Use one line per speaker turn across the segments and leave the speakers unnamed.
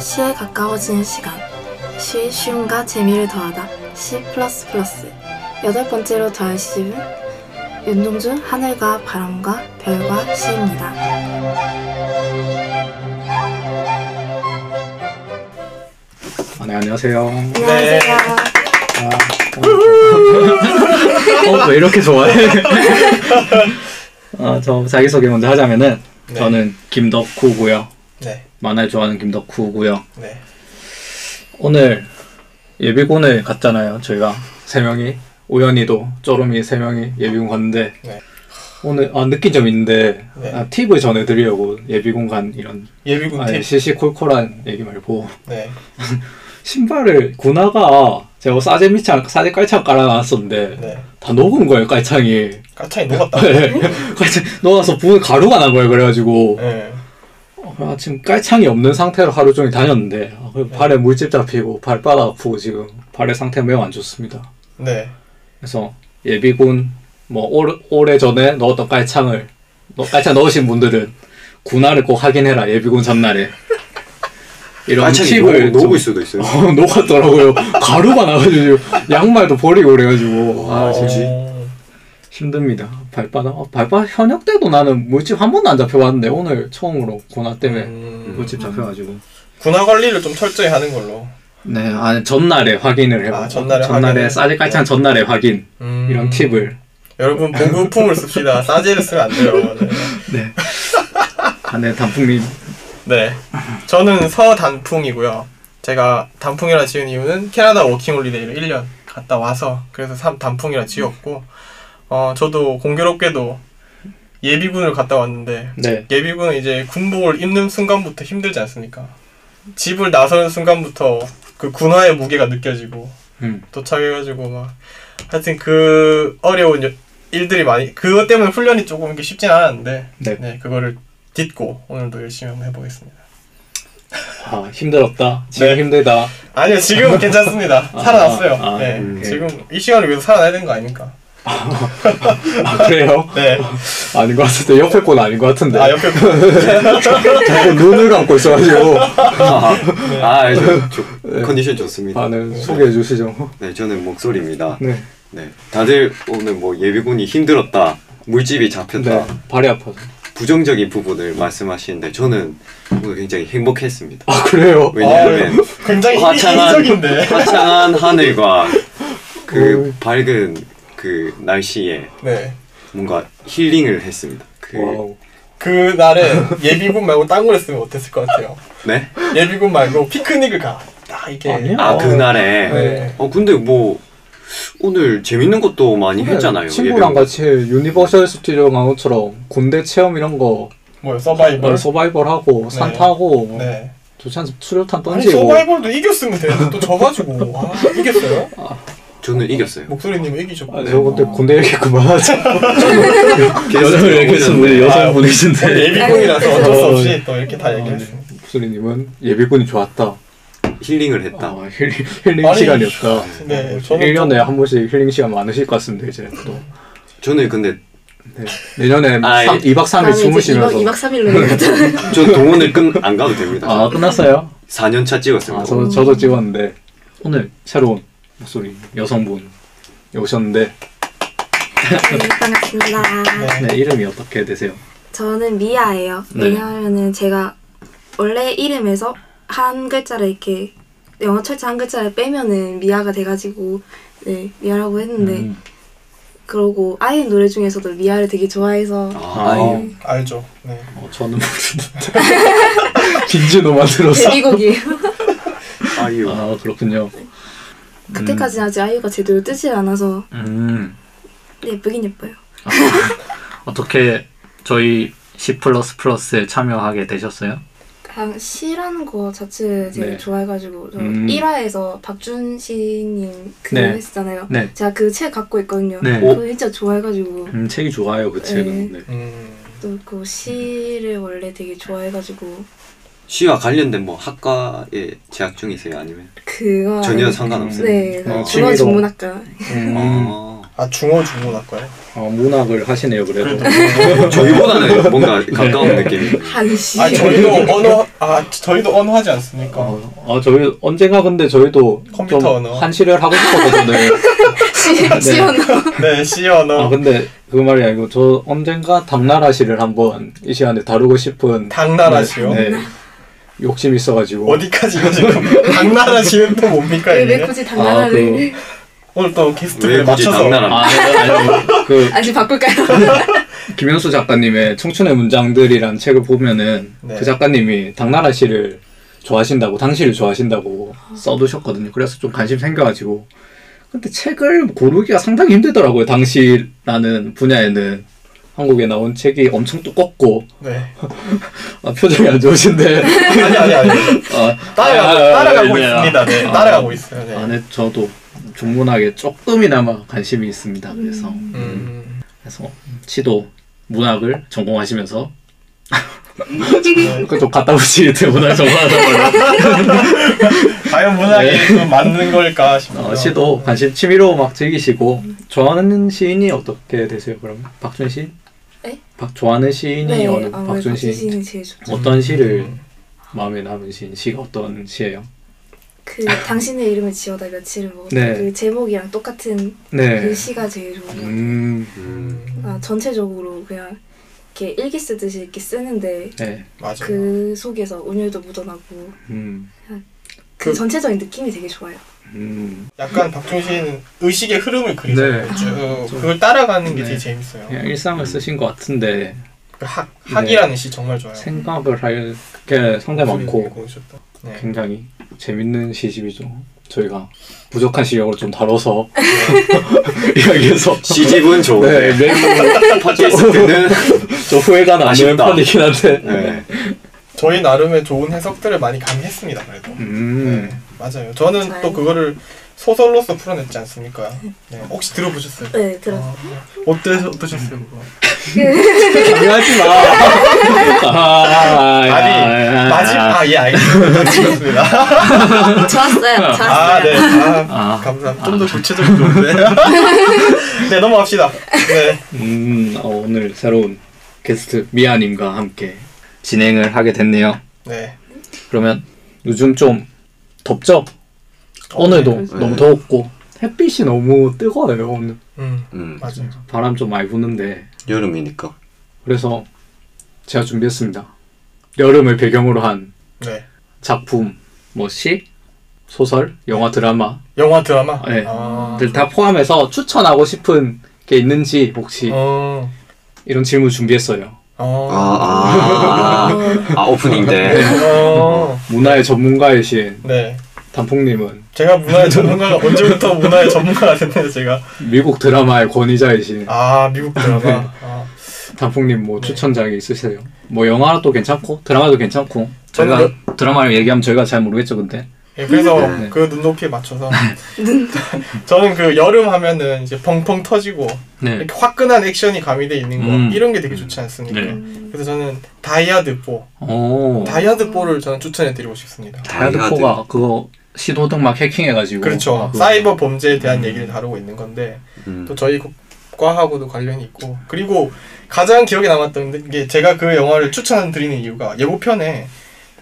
시에 가까워지는 시간. 시의 쉬움과 재미를 더하다. 시 플러스 플러스. 여덟 번째로 더할 시집은 윤동준 하늘과 바람과 별과 시입니다.
아, 네, 안녕하세요.
안녕하세요.
어, 왜 이렇게 좋아해? 아, 저 자기소개 먼저 하자면은
네.
저는 김덕후고요.
네.
만화를 좋아하는 김덕후고요.
네.
오늘 예비군을 갔잖아요. 저희가 세 명이 오연이도 쪼롬이 세 명이 예비군 갔는데
네.
오늘 아 느낀 점 있는데
네. 음,
아, 팁을 전해드리려고 예비군 간 이런
예비군
아니,
팀.
시시콜콜한 얘기 말고
네.
신발을 구나가 제가 싸제 밑창 싸제 깔창 깔아놨었는데
네.
다 녹은 거예요 깔창이
까창이 녹았다.
아, 깔창 녹아서 예. 부분 가루가 난 거예요 그래가지고
네.
아, 지금 깔창이 없는 상태로 하루 종일 다녔는데 아, 그리고
네.
발에 물집 잡히고 발바닥 아프고 지금 발의 상태 매우 안 좋습니다.
네.
그래서 예비군 뭐 올, 오래 전에 넣었던 깔창을 넣- 깔창 넣으신 분들은 군화를 꼭 확인해라 예비군 전날에 이런
깔창이
팁을
녹-
좀-
녹을 수도 있어요.
어, 녹았더라고요 가루가 나가지고 양말도 버리고 그래가지고 아 지금
어,
힘듭니다 발바닥 어, 발바닥 현역 때도 나는 물집 한 번도 안 잡혀봤는데 오늘 처음으로 군화 때문에
음,
물집 잡혀가지고
군화 관리를 좀 철저히 하는 걸로.
네, 아 전날에 확인을 해요.
아, 전날에 확인을.
싸질 깔창 전날에 확인
음,
이런 팁을.
여러분 보급품을 씁시다. 싸제를 쓰면 안 돼요. 네.
네. 아, 네, 단풍님.
네. 저는 서단풍이고요. 제가 단풍이라 지은 이유는 캐나다 워킹홀리데이를 1년 갔다 와서 그래서 삼 단풍이라 지었고 어 저도 공교롭게도 예비군을 갔다 왔는데
네.
예비군은 이제 군복을 입는 순간부터 힘들지 않습니까? 집을 나서는 순간부터 그 군화의 무게가 느껴지고
음.
도착해가지고 막 하여튼 그 어려운 여- 일들이 많이 그것 때문에 훈련이 조금 이렇게 쉽진 않았는데
네.
네 그거를 딛고 오늘도 열심히 한번 해보겠습니다.
아, 힘들었다. 지금
네.
힘들다.
아니요 지금 괜찮습니다. 살아났어요.
아, 아,
네
음.
지금 이 시간을 위해서 살아나야 되는 거 아닙니까?
아, 그래요?
네.
아닌 것 같은데 옆에 건 아닌 것 같은데.
아 옆에
자꾸 눈을 감고 있어가지고.
네.
아, 저, 저, 컨디션 좋습니다.
네. 아, 네, 소개해 주시죠.
네, 저는 목소리입니다.
네.
네, 다들 오늘 뭐 예비군이 힘들었다, 물집이 잡혔다,
네. 발이 아파서.
부정적인 부분을 말씀하시는데 저는 오늘 굉장히 행복했습니다.
아, 그래요?
왜냐하면
네. 굉장히
화창한
인적인데.
화창한 하늘과
네.
그 밝은 그 날씨에
네.
뭔가 힐링을 했습니다. 그
와우.
그 날에 예비군 말고 딴 걸 했으면 어땠을 것 같아요?
네?
예비군 말고 피크닉을 가. 딱 이게
아니야?
아 그날에
네.
어 근데 뭐 오늘 재밌는 것도 많이 했잖아요.
네, 친구랑
예비군.
같이 유니버셜 스튜디오 간 것처럼 군대 체험 이런 거
뭐요 서바이벌.
아, 서바이벌 하고 산
네.
타고
네.
조찬 수류탄
아니
던지고
서바이벌도 이겼으면 되는데 또 져가지고 아 이겼어요?
저는 이겼어요.
목소리님 이기셨고.
아, 저 근데 군대 얘기 그만하자. 여성을 얘기했으면 우리
오늘
여성분이신데.
예비군이라서 어쩔 수
어,
없이 또 이렇게 다
네.
얘기했습니다.
목소리님은 예비군이 좋았다.
힐링을 했다.
아, 힐링, 힐링
아니,
시간이었다.
네, 저는
1년에 한 번씩 힐링 시간 많으실 것 같습니다, 이제 또.
저는 근데
네. 내년에
아,
삼, 2박 3일 주무시면서. 네.
2박 3일로
저 동원을 끝안 가도 됩니다.
아, 끝났어요?
4년 차 찍었습니다.
아, 음. 저, 저도 찍었는데. 오늘 새로운 목소리 여성분 오셨는데.
반갑습니다.
네.
네, 이름이 어떻게 되세요?
저는 미아예요.
네.
왜냐하면은 제가 원래 이름에서 한 글자를 이렇게 영어 철자 한 글자를 빼면은 미아가 돼가지고 네 미아라고 했는데
음.
그러고 아이의 노래 중에서도 미아를 되게 좋아해서
아,
아,
예.
알죠. 네.
어, 저는 모르는데. 빈지노만 들었어.
데뷔곡이에요.
아이유.
아, 그렇군요.
그때까지 아직 아이유가 제대로 뜨질 않아서
음.
예쁘긴 예뻐요.
어떻게 저희 C++ 에 참여하게 되셨어요?
그냥 시라는 거 자체를 되게
네.
좋아해가지고 저
음.
1화에서 박준신님 그거
네.
했었잖아요.
네.
제가 그 책 갖고 있거든요.
네.
그거 진짜 좋아해가지고
음, 책이 좋아요, 그 책은. 네.
음.
또 그 시를 원래 되게 좋아해가지고
시와 관련된 뭐 학과에 재학 중이세요? 아니면
그거
전혀
아니-
상관없어요?
네,
어,
중어
취미로.
전문학과
음.
아,
아 중어 중문학과요.
어, 문학을 하시네요 그래도.
그래도
저희보다는 뭔가 가까운 느낌이.
한시.
아 저희도 언어 아 저희도 언어하지 않습니까?
어, 어, 저희 언젠가 근데 저희도
뭐. 컴퓨터
좀
언어.
한시를 하고 싶었거든요.
시- 시연아.
네 C
아
언어
근데 그 말이 아니고 저 언젠가 당나라시를 한번 이 시간에 다루고 싶은
당나라시요?
네, 네. 욕심 이 있어가지고
어디까지 이거 지금 당나라 시는 또 뭡니까
네.
왜, 왜
이게?
아, 그
굳이 당나라를?
오늘 또
왜
게스트를
굳이
맞춰서
장난 안
아, 아니, 아니, 그
아, 시 바꿀까요?
김현수 작가님의 청춘의 문장들이란 책을 보면은
네.
그 작가님이 당나라 시를 좋아하신다고 당시를 좋아하신다고 써두셨거든요. 그래서 좀 관심 생겨가지고 근데 책을 고르기가 상당히 힘들더라고요. 당시라는 분야에는 한국에 나온 책이 엄청 두껍고
네
아, 표정이 안 좋으신데
아니 아니 아니
아,
따라가
아, 아, 네,
따라가고
네.
있습니다. 네
아,
따라가고 있어요. 네.
아, 네, 저도 중문학에 조금이나마 관심이 있습니다. 그래서
음,
그래서 치도 문학을 전공하시면서
네.
그좀 갔다 오시는데 문학 전공하다
과연 문학이
네.
좀 맞는 걸까 싶어요.
보니 어, 시도 관심 취미로 막 즐기시고 좋아하는 시인이 어떻게 되세요? 그럼 박준 시?
에?
박 네? 좋아하는 시인이
네,
어느 박준 시?
이 제일 좋죠.
어떤 시를 마음에 남은 시인 시가 어떤 시예요?
그 당신의 이름을 지어다 며칠을 먹었다.
네.
그 제목이랑 똑같은
네.
그 시가 제일 좋은 것 같아요.
음.
음,
아, 전체적으로 그냥 이렇게 일기 쓰듯이 이렇게 쓰는데
네.
맞아. 요
그 속에서 운율도 묻어나고
음.
그
그-
전체적인 느낌이 되게 좋아요.
음.
약간 박중신 의식의 흐름을 그리잖아요.
네.
쭉. 그걸 따라가는 게
네.
되게 재밌어요.
그냥 일상을 쓰신 것 같은데
그 학 학이라는 시 정말 좋아요.
생각을 할 게 상당히 네. 많고
공주셨다. 네.
굉장히 재밌는 시집이죠. 저희가 부족한 시력을 좀 다뤄서 이야기해서
시집은 좋은데
네, 매우
팟캐스트는
좀 후회가 나는
아쉽다.
편이긴 한데.
네.
저희 나름의 좋은 해석들을 많이 가미했습니다. 그래도.
음.
네, 맞아요. 저는
잘-
또 그거를 소설로서 풀어냈지 않습니까? 네. 혹시 들어보셨어요?
네, 들었어요.
어, 어때 어떠셨어요 그거?
강요하지 마. 아,
아니 마지막 아예 알겠습니다.
좋았어요. 좋았어요.
아 네. 아,
아.
감사합니다. 좀 더 구체적으로 좋은데. 네 넘어갑시다. 네.
음, 어, 오늘 새로운 게스트 미아님과 함께 진행을 하게 됐네요.
네.
그러면 요즘 좀 덥죠? 오늘도
네.
너무 더웠고 어, 햇빛이 너무 뜨거워요 오늘
음
음,
맞아요.
바람 좀 많이 부는데
여름이니까.
그래서 제가 준비했습니다 여름을 배경으로 한
네.
작품 뭐 시 소설 영화 드라마
영화 드라마.
네.
아.
들 다 포함해서 추천하고 싶은 게 있는지 혹시
어.
이런 질문 준비했어요
어.
아, 아, 아, 아 오프닝 때.
어.
문화의 전문가이신
네.
단풍님은
제가 문화의 전문가가 언제부터 문화의 전문가가 됐나요 제가?
미국 드라마의 권위자이신
아 미국 드라마. 아.
단풍님 뭐 추천작이 있으세요? 뭐 영화도 괜찮고 드라마도 괜찮고
저는
저희가 드라마를 얘기하면 저희가 잘 모르겠죠 근데
예, 그래서
네.
그 눈높이에 맞춰서 저는 그 여름 하면은 이제 펑펑 터지고
네
이렇게 화끈한 액션이 가미돼 있는 거
음.
이런 게 되게 좋지 않습니까?
네.
그래서 저는 다이아드 뽀
오.
다이아드 뽀를 저는 추천해 드리고 싶습니다.
다이아드포가 그거 시도등 막 해킹해가지고
그렇죠.
아, 음. 그거.
사이버 범죄에 대한 얘기를 다루고 있는 건데
음.
또 저희 과하고도 관련이 있고 그리고 가장 기억에 남았던 게 제가 그 영화를 추천드리는 이유가 예고편에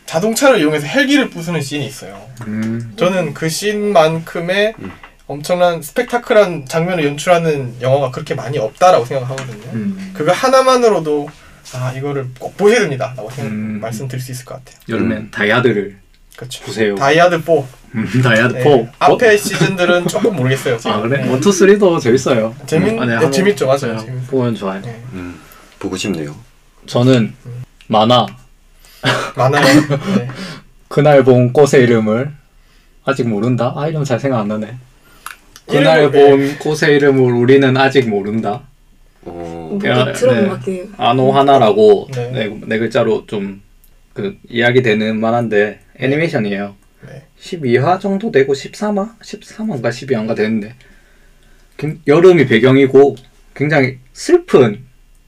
자동차를 이용해서 헬기를 부수는 씬이 있어요.
음.
저는 그 씬만큼의
음.
엄청난 스펙타클한 장면을 연출하는 영화가 그렇게 많이 없다라고 생각하거든요.
음.
그거 하나만으로도 아 이거를 꼭 보셔야 됩니다라고 생각,
음.
말씀드릴 수 있을 것 같아요.
여름엔
음.
다이아드를
그렇죠.
보세요
다이아드 4.
음, 다이아드
네.
포
앞에 시즌들은 조금 모르겠어요.
어?
지금.
아 그래?
네.
원투 쓰리도 재밌어요
재밌-
음, 아,
네,
한번
재밌죠. 맞아요.
보세요.
재밌어요.
보면 좋아요
네. 음.
음, 보고 싶네요.
저는 만화
많아요. 네.
그날 본 꽃의 이름을 아직 모른다? 아 이름 잘 생각 안 나네 그날 본
이름을-
꽃의 이름을 우리는 아직 모른다
어,
야,
뭔가 뭐 들어본
네.
것 같아요.
아노 하나라고
네.
네, 네 글자로 좀 그 이야기 되는 만화인데 애니메이션이에요
네.
12화 정도 되고 13화? 13화인가 12화인가 되는데 굉- 여름이 배경이고 굉장히 슬픈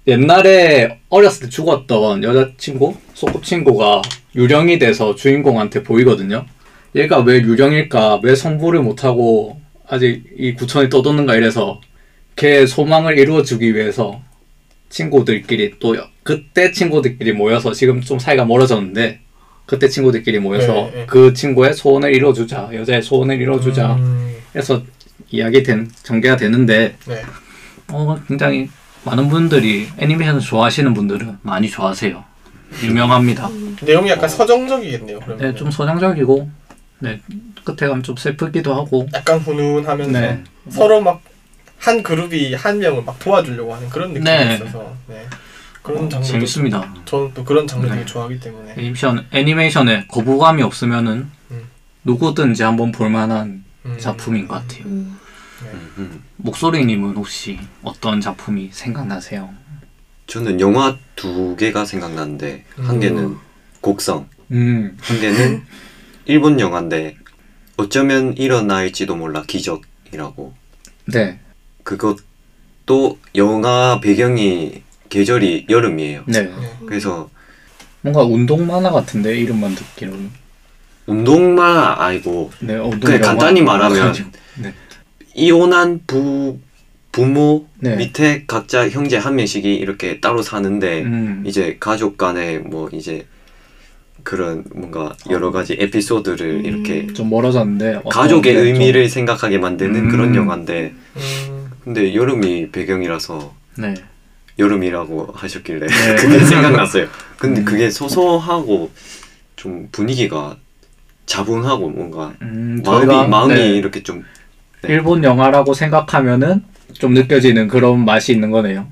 옛날에 어렸을 때 죽었던 여자친구, 소꿉친구가 유령이 돼서 주인공한테 보이거든요. 얘가 왜 유령일까, 왜 성부를 못하고 아직 이 구천에 떠도는가 이래서 걔 소망을 이루어주기 위해서 친구들끼리 또 여- 그때 친구들끼리 모여서 지금 좀 사이가 멀어졌는데 그때 친구들끼리 모여서
네, 네.
그 친구의 소원을 이루어주자 여자의 소원을 이루어주자
음,
해서 이야기된 전개가 되는데
네.
어, 굉장히 많은 분들이 애니메이션 좋아하시는 분들은 많이 좋아하세요 유명합니다
내용이 약간 서정적이겠네요. 그러면
네, 좀 서정적이고 네 끝에 가면 좀 슬프기도 하고
약간 훈훈하면서
네.
서로 막 한 그룹이 한 명을 막 도와주려고 하는 그런 느낌이
네. 어,
있어서 네. 그런 장르도
재밌습니다.
저는 또 그런 장르 되게
네.
좋아하기 때문에
애니메이션 애니메이션에 거부감이 없으면은
음.
누구든지 한번 볼만한
음,
작품인 것 같아요.
음,
음.
목소리님은 혹시 어떤 작품이 생각나세요?
저는 영화 두 개가 생각나는데 한
음.
개는 곡성,
음,
한 개는 일본 영화인데 어쩌면 일어날지도 몰라 기적이라고
네,
그것도 영화 배경이 계절이 여름이에요.
네.
네.
그래서
뭔가 운동 만화 같은데 이름만 듣기로는.
운동만 알고
네, 운동
그냥
영화.
간단히 말하면
네,
이혼한 부 부모
네.
밑에 각자 형제 한 명씩이 이렇게 따로 사는데
음,
이제 가족 간에 뭐 이제 그런 뭔가 여러 가지 에피소드를
음.
이렇게
좀 어. 멀어졌는데 어떤
가족의
게 좀-
의미를 생각하게 만드는
음.
그런 영화인데
음,
근데 여름이 배경이라서
네,
여름이라고 하셨길래
네.
그게 생각났어요. 근데
음.
그게 소소하고 좀 분위기가 자분하고 뭔가
음,
마음이
저희가-
마음이
네.
이렇게 좀 네.
일본 영화라고 생각하면은 좀 느껴지는 그런 맛이 있는 거네요.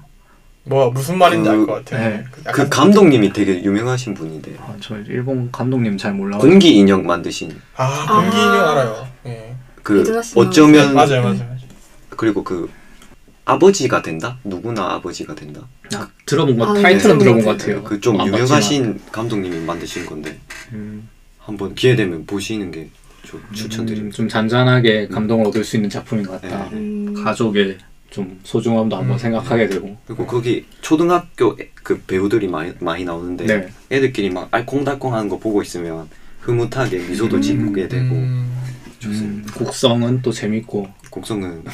뭐 무슨 말인지 알
그-
것 같아요.
네.
그
약간
감독님이 되게 유명하신 분인데
아, 저 일본 감독님 잘 몰라. 고
공기 인형 만드신
아
아.
공기인 아. 알아요. 예.
그
이준하 씨
어쩌면
네, 맞아요, 맞아요. 맞아요.
그리고 그 아버지가 된다 누구나 아버지가 된다
아, 들어본 거
아,
타이틀은
네.
들어본 것 같아요.
그 좀
안
유명하신 감독님이 만드신 건데
봤지만. 음,
한번 기회 되면 보시는 게 저-
추천드림.
음, 추천드립니다.
좀 잔잔하게 감동을 얻을 수 있는 작품인 것 같다.
네.
음,
가족의 좀 소중함도 한번
음.
생각하게 되고.
그리고 거기 초등학교 애- 그 배우들이 많이 많이 나오는데
네.
애들끼리 막 알콩달콩하는 거 보고 있으면 흐뭇하게 미소도 짓게 뭐 되고
음,
음, 곡성은 또 재밌고. 네.
곡성은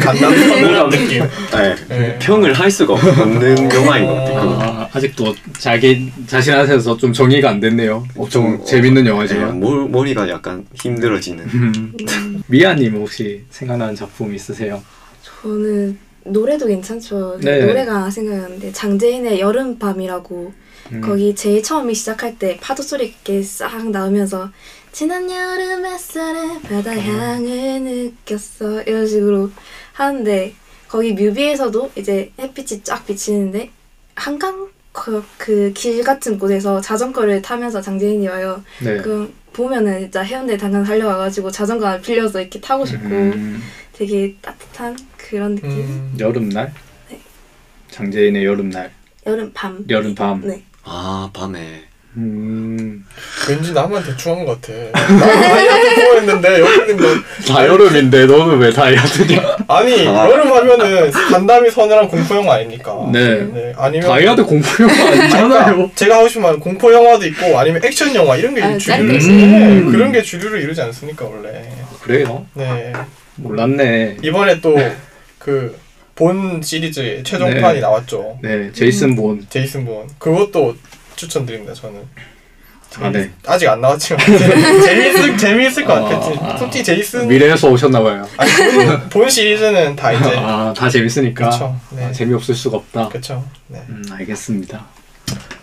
간담 그런 느낌.
네.
음. 네.
그
평을 할 수가 없는
어.
영화인 것 같아요.
아, 아직도 자기 자신한테서 좀 정의가 안 됐네요. 엄청 어. 재밌는
네,
영화지만.
몰- 머리가 약간 힘들어지는
음. 미아님 혹시 생각나는 작품 있으세요?
저는 노래도 괜찮죠.
네.
노래가 생각나는데 장재인의 여름밤이라고
음.
거기 제일 처음에 시작할 때 파도 소리 이렇게 싹 나오면서 지난 여름 햇살에 바다
음.
향을 느꼈어 이런 식으로 하는데 거기 뮤비에서도 이제 햇빛이 쫙 비치는데 한강 그 길 같은 곳에서 자전거를 타면서 장재인이 와요.
네.
그 보면은 진짜 해운대 당장 달려와가지고 자전거 하나 빌려서 이렇게 타고 싶고
음,
되게 따뜻한 그런 느낌.
음,
여름날.
네.
장재인의 여름날.
여름 밤.
여름 밤.
네.
아 밤에
음.
왠지 나만 대충 한 것 같아. 나 이렇게 보고했는데 여기는 뭐
다 여름인데 너는 왜 다이어트냐?
아니
아.
여름 하면은 간담이 서늘한 공포 영화 아닙니까?
네.
아니면
다이어트 공포 영화 아니잖아요.
제가 하고 싶은 말은 공포 영화도 있고 아니면 액션 영화 이런 게
아,
주류
짧게
네,
있어요.
그런 게 주류를 이루지 않습니까 원래.
그래요?
네
몰랐네.
이번에 또 그 본 시리즈 최종판이
네.
나왔죠.
네, 제이슨
음.
본.
제이슨 본 그것도 추천드립니다 저는.
아, 네.
아직 안 나왔지만 재미있을 재미있을 것
아.
같아요. 솔직히 제이슨
미래에서 오셨나봐요.
아니, 본, 본 시리즈는 다 이제
네.
아, 다 재밌으니까.
그쵸, 네.
아, 재미없을 수가 없다.
그렇죠. 네.
음, 알겠습니다.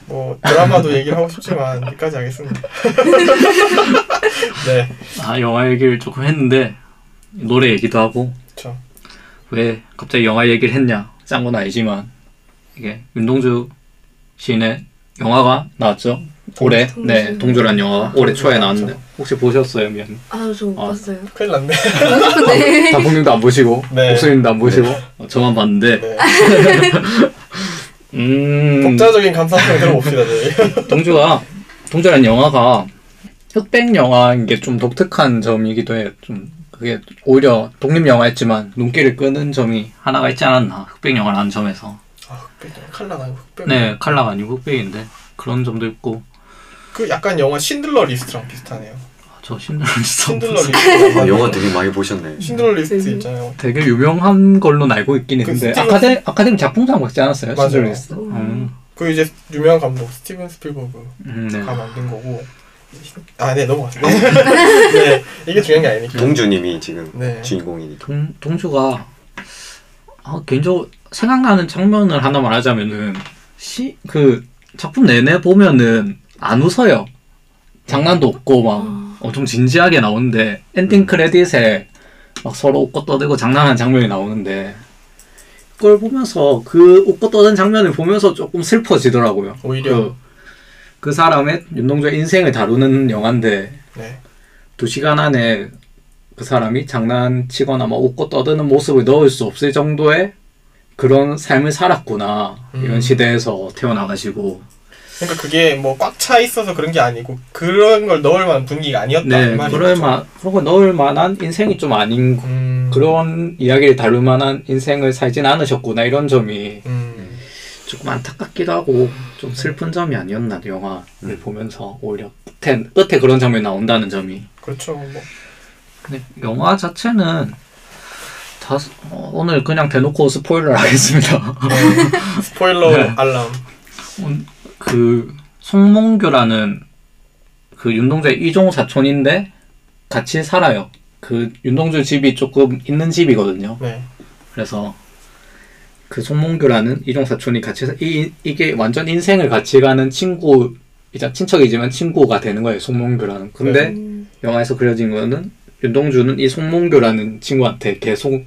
뭐 드라마도 얘기를 하고 싶지만 여기까지 하겠습니다. 네,
아, 영화 얘기를 조금 했는데, 노래 얘기도 하고,
그렇죠.
왜 갑자기 영화 얘기를 했냐. 짠 건 아니지만, 이게 윤동주 시인의 영화가 나왔죠. 올해,
동주.
네, 동주란 영화 올해 초에 나왔는데, 혹시 보셨어요, 미안?
아유 저 못
아. 네.
봤어요.
큰일 났네.
단풍님도 안 보시고,
네.
목소님도 안 보시고, 어, 저만 봤는데,
네.
음,
독자적인 감상평 들어봅시다 저희.
동주가 동주라는 영화가 흑백 영화인 게 좀 독특한 점이기도 해요. 좀 그게 오히려 독립 영화였지만 눈길을 끄는 점이 하나가 있지 않았나 흑백 영화라는 점에서
아 흑백 칼라 나고 흑백.
네 칼라가 아니고 흑백인데 그런 점도 있고
그 약간 영화 신들러 리스트랑 비슷하네요.
아, 저 신들러 리스트
신들러
무슨-
리스트.
아, 영화 되게 많이 보셨네.
신들러 리스트 있잖아요.
되게 유명한 걸로 알고 있긴
그
했는데
스티븐-
아카데, 아카데미 작품상 받지 않았어요?
맞아요.
신들러 리스트?
음.
음.
그 이제 유명한 감독 스티븐 스필버그가
음, 네.
만든 거고. 아, 네, 넘어갔어요. 네, 이게 중요한 게 아니니까.
동주님이 지금
네.
주인공이니까.
동, 동주가 아, 개인적으로 생각나는 장면을 하나 말하자면은 시, 그 작품 내내 보면은 안 웃어요. 장난도 없고 막 어, 좀 진지하게 나오는데
음.
엔딩 크레딧에 막 서로 웃고 떠들고 장난하는 장면이 나오는데 그걸 보면서 그 웃고 떠드는 장면을 보면서 조금 슬퍼지더라고요.
오히려.
그, 그 사람의 윤동주의 인생을 다루는 영화인데
네.
두 시간 안에 그 사람이 장난치거나 막 웃고 떠드는 모습을 넣을 수 없을 정도의 그런 삶을 살았구나
음.
이런 시대에서 태어나가지고
그러니까 그게 뭐 꽉 차 있어서 그런 게 아니고 그런 걸 넣을 만한 분위기가 아니었다.
네
이 말이죠.
그럴 만 그런 거 넣을 만한 인생이 좀 아닌 거-
음.
그런 이야기를 다룰 만한 인생을 살진 않으셨구나 이런 점이
음.
네. 조금 안타깝기도 하고 좀 슬픈 점이 아니었나 영화를 보면서 오히려 끝에 끝에 그런 장면이 나온다는 점이
그렇죠. 뭐.
근데 영화 자체는 다 스- 어, 오늘 그냥 대놓고 스포일러를 하겠습니다.
스포일러
네.
알람.
온- 그 송몽규라는 그 윤동주의 이종 사촌인데 같이 살아요. 그 윤동주 집이 조금 있는 집이거든요.
네.
그래서 그 송몽규라는 이종 사촌이 같이 사- 이 이게 완전 인생을 같이 가는 친구 이자 친척이지만 친구가 되는 거예요. 송몽규라는. 근데
음,
영화에서 그려진 거는 윤동주는 이 송몽교라는 친구한테 계속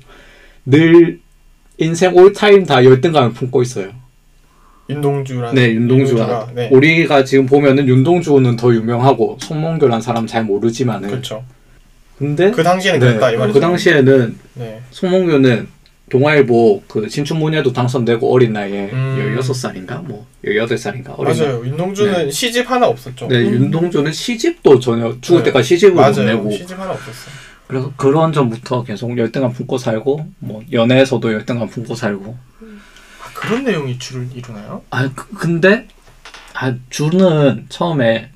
늘 인생 올타임 다 열등감을 품고 있어요.
윤동주라는.
네, 윤동주가.
네.
우리가 지금 보면은 윤동주는 더 유명하고 송몽교란 사람 잘 모르지만은.
그렇죠.
근데
그 당시에는
네,
그랬다 이 말이죠.
그 당시에는
네.
송몽교는 동아일보 그 신춘문예도 당선되고 어린 나이에
음.
16살인가 뭐 18살인가 어린 나이.
맞아요. 윤동주는 시집 하나 없었죠.
네,
음.
윤동주는 시집도 전혀 죽을
네.
때까지 시집을 못
맞아요.
내고
시집 하나 없었어. 요
그래서 그런 점부터 계속 열등감 품고 살고 뭐 연애에서도 열등감 품고 살고
아, 그런 내용이 줄을 이루나요?
아 그- 근데 아 주는 처음에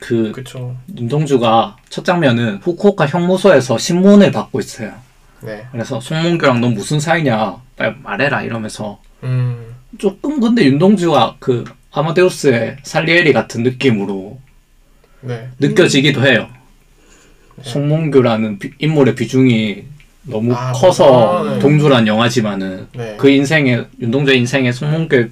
그
그렇죠.
윤동주가 첫 장면은 후쿠오카 형무소에서 신문을 받고 있어요.
네.
그래서 송몽규랑 넌 무슨 사이냐 빨리 말해라 이러면서
음.
조금 근데 윤동주가 그 아마데우스의 살리에리 같은 느낌으로
네.
느껴지기도 해요. 송몽규라는 비- 인물의 비중이 너무
아,
커서
그렇구나.
동주란 영화지만은
네.
그 인생에 윤동주의 인생에 송몽규의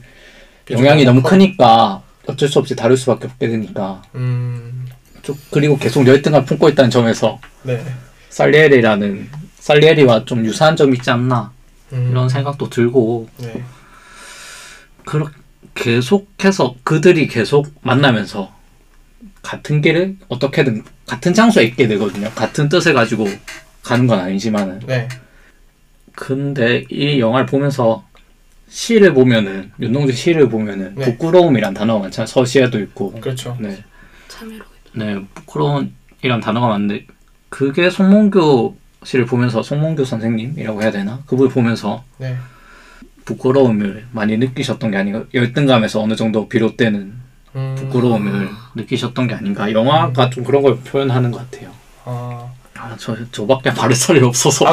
비중이
영향이 너무
커.
크니까 어쩔 수 없이 다룰 수밖에 없게 되니까
음.
좀- 그리고 계속 열등감 품고 있다는 점에서
네.
살리에리라는 살리에리와 좀 유사한 점이 있지 않나
음.
이런 생각도 들고
네.
그렇 계속해서 그들이 계속 만나면서 같은 길을 어떻게든 같은 장소에 있게 되거든요 같은 뜻을 가지고 가는 건 아니지만은
네.
근데 이 영화를 보면서 시를 보면은 윤동주 시를 보면은
네.
부끄러움이란 단어가 많잖아요. 서시에도 있고.
그렇죠.
네.
참여로.
네, 부끄러움이란 단어가 많은데 그게 송몽규 시를 보면서 송몽규 선생님이라고 해야 되나? 그분을 보면서
네.
부끄러움을 많이 느끼셨던 게 아닌가 열등감에서 어느 정도 비롯되는
음.
부끄러움을 느끼셨던 게 아닌가 영화가 좀 그런 걸 표현하는 것 같아요
아.
아, 저, 저밖에 바를 살이 없어서
아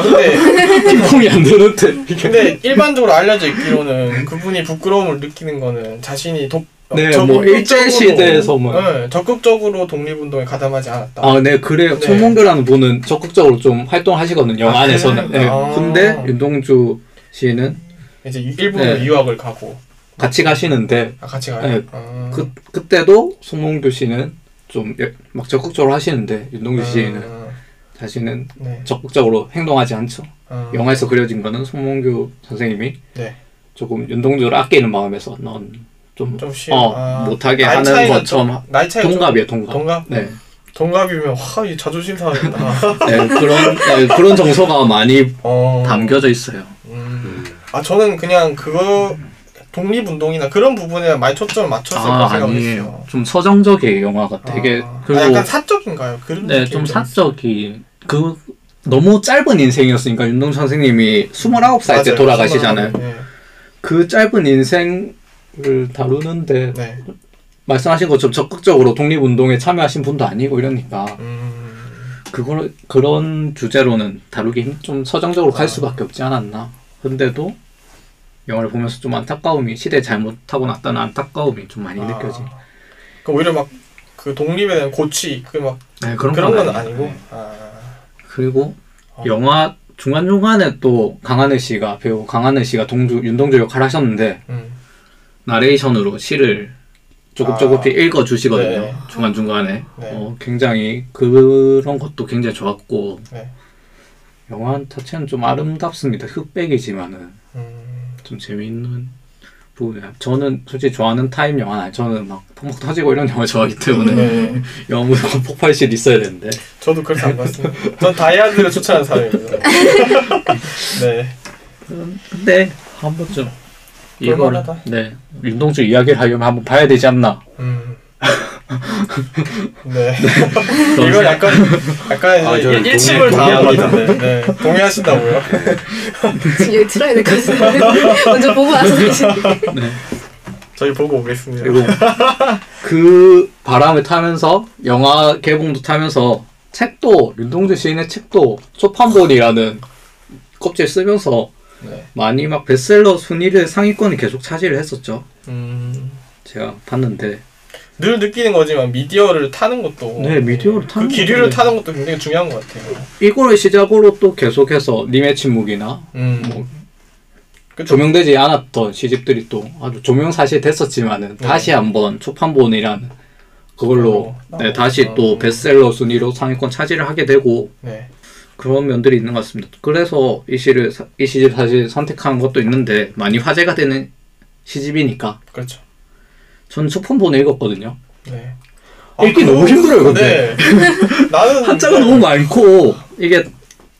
근데
기분이 안 드는데 이게
근데 일반적으로 알려져 있기로는 그분이 부끄러움을 느끼는 거는 자신이 독 어,
네,
적극적으로-
뭐 일제시대에서 뭐.
네, 적극적으로 독립운동에 가담하지 않았다.
아, 네, 그래요.
네.
송몽규라는 분은 적극적으로 좀 활동하시거든요. 영화
아,
안에서는.
그래요?
네,
아.
근데 윤동주 씨는
이제 유- 일본으로
네.
유학을 가고
같이 가시는데,
아, 같이 가요.
네,
아.
그, 그때도 송몽규 씨는 좀 막 적극적으로 하시는데, 윤동주 씨는
아,
자신은
네.
적극적으로 행동하지 않죠.
아,
영화에서 그려진 거는 송몽규 선생님이
네.
조금 윤동주를 아끼는 마음에서 넌 좀,
좀 쉬.
어,
아.
못하게
나이
하는
차이가
것처럼
나이 차이
동갑이에요,
좀,
동갑.
동갑.
네.
동갑이면 와이 자존심 상하겠다.
네, 그런, 네, 그런 정서가 많이
어.
담겨져 있어요.
음. 아 저는 그냥 그거 독립운동이나 그런 부분에 많이 초점을 맞췄을 거라
아
생각했어요.
아니에요. 좀 서정적이에요 영화가 되게
아, 아,
그리고
약간 사적인가요? 그런
네
느낌이
좀 사적이 그 너무 짧은 인생이었으니까 윤동 선생님이 29살 때
맞아요.
돌아가시잖아요.
네.
그 짧은 인생을 다루는데
네.
말씀하신 것처럼 적극적으로 독립운동에 참여하신 분도 아니고 이러니까
음.
그걸 그런 주제로는 다루기 힘- 좀 서정적으로 갈 수밖에 없지 않았나. 근데도 영화를 보면서 좀 안타까움이 시대 잘못하고 났다는 안타까움이 좀 많이
아.
느껴지.
그 오히려 막 그 독립에 대한 고치 그막
네, 그런,
그런 건
아니에요.
아니고
네.
아,
그리고
어.
영화 중간 중간에 또 강하늘 씨가 배우 강하늘 씨가 동주 윤동주 역할 하셨는데
음.
나레이션으로 시를 조금
아.
조금씩 읽어 주시거든요.
네.
중간 중간에
네.
어, 굉장히 그런 것도 굉장히 좋았고
네.
영화 자체는 좀 아름답습니다. 흑백이지만은
음.
좀 재미있는 부분이야. 저는 솔직히 좋아하는 타임 영화는 아니- 저는 막 펑펑 터지고 이런 영화 좋아하기 때문에
네.
영화 무조건 폭발실 있어야 되는데
저도 그래서 안 봤습니다. 전 다이아드를 추천하는 사람입니다. 네.
근데 한 번쯤 이거를
볼만하다.
네 윤동주 이야기를 하려면 한번 봐야 되지 않나
음. 네.
그런
이건 약간 약간
아,
이제
저는 동의-
일침을
동의합니다.
당합니다. 네. 네. 동의하신다고요?
지금 여기 틀어야 될 것 같은데 먼저 보고 와서 다시
저희 보고 오겠습니다.
그리고 그 바람을 타면서 영화 개봉도 타면서 책도 윤동주 시인의 책도 소판본이라는 껍질 쓰면서
네.
많이 막 베스트셀러 순위를 상위권을 계속 차지를 했었죠.
음.
제가 봤는데
늘 느끼는 거지만 미디어를 타는 것도
네, 미디어를 타는
그 기류를
것도- 네.
타는 것도 굉장히 중요한 것 같아요.
이거를 시작으로 또 계속해서 님의 침묵이나
음.
뭐
그쵸.
조명되지 않았던 시집들이 또 아주 조명 사실 됐었지만은
네.
다시 한번 초판본이라는 그걸로
어,
네,
어.
다시 또 베스트셀러 순위로 상위권 차지를 하게 되고
네.
그런 면들이 있는 것 같습니다. 그래서 이 시를 사- 이 시집 사실 선택한 것도 있는데 많이 화제가 되는 시집이니까
그렇죠.
저는 초판본을 읽었거든요.
네.
읽기
그거-
너무 힘들어요, 근데.
네. 나는
한자가 너무 많고 이게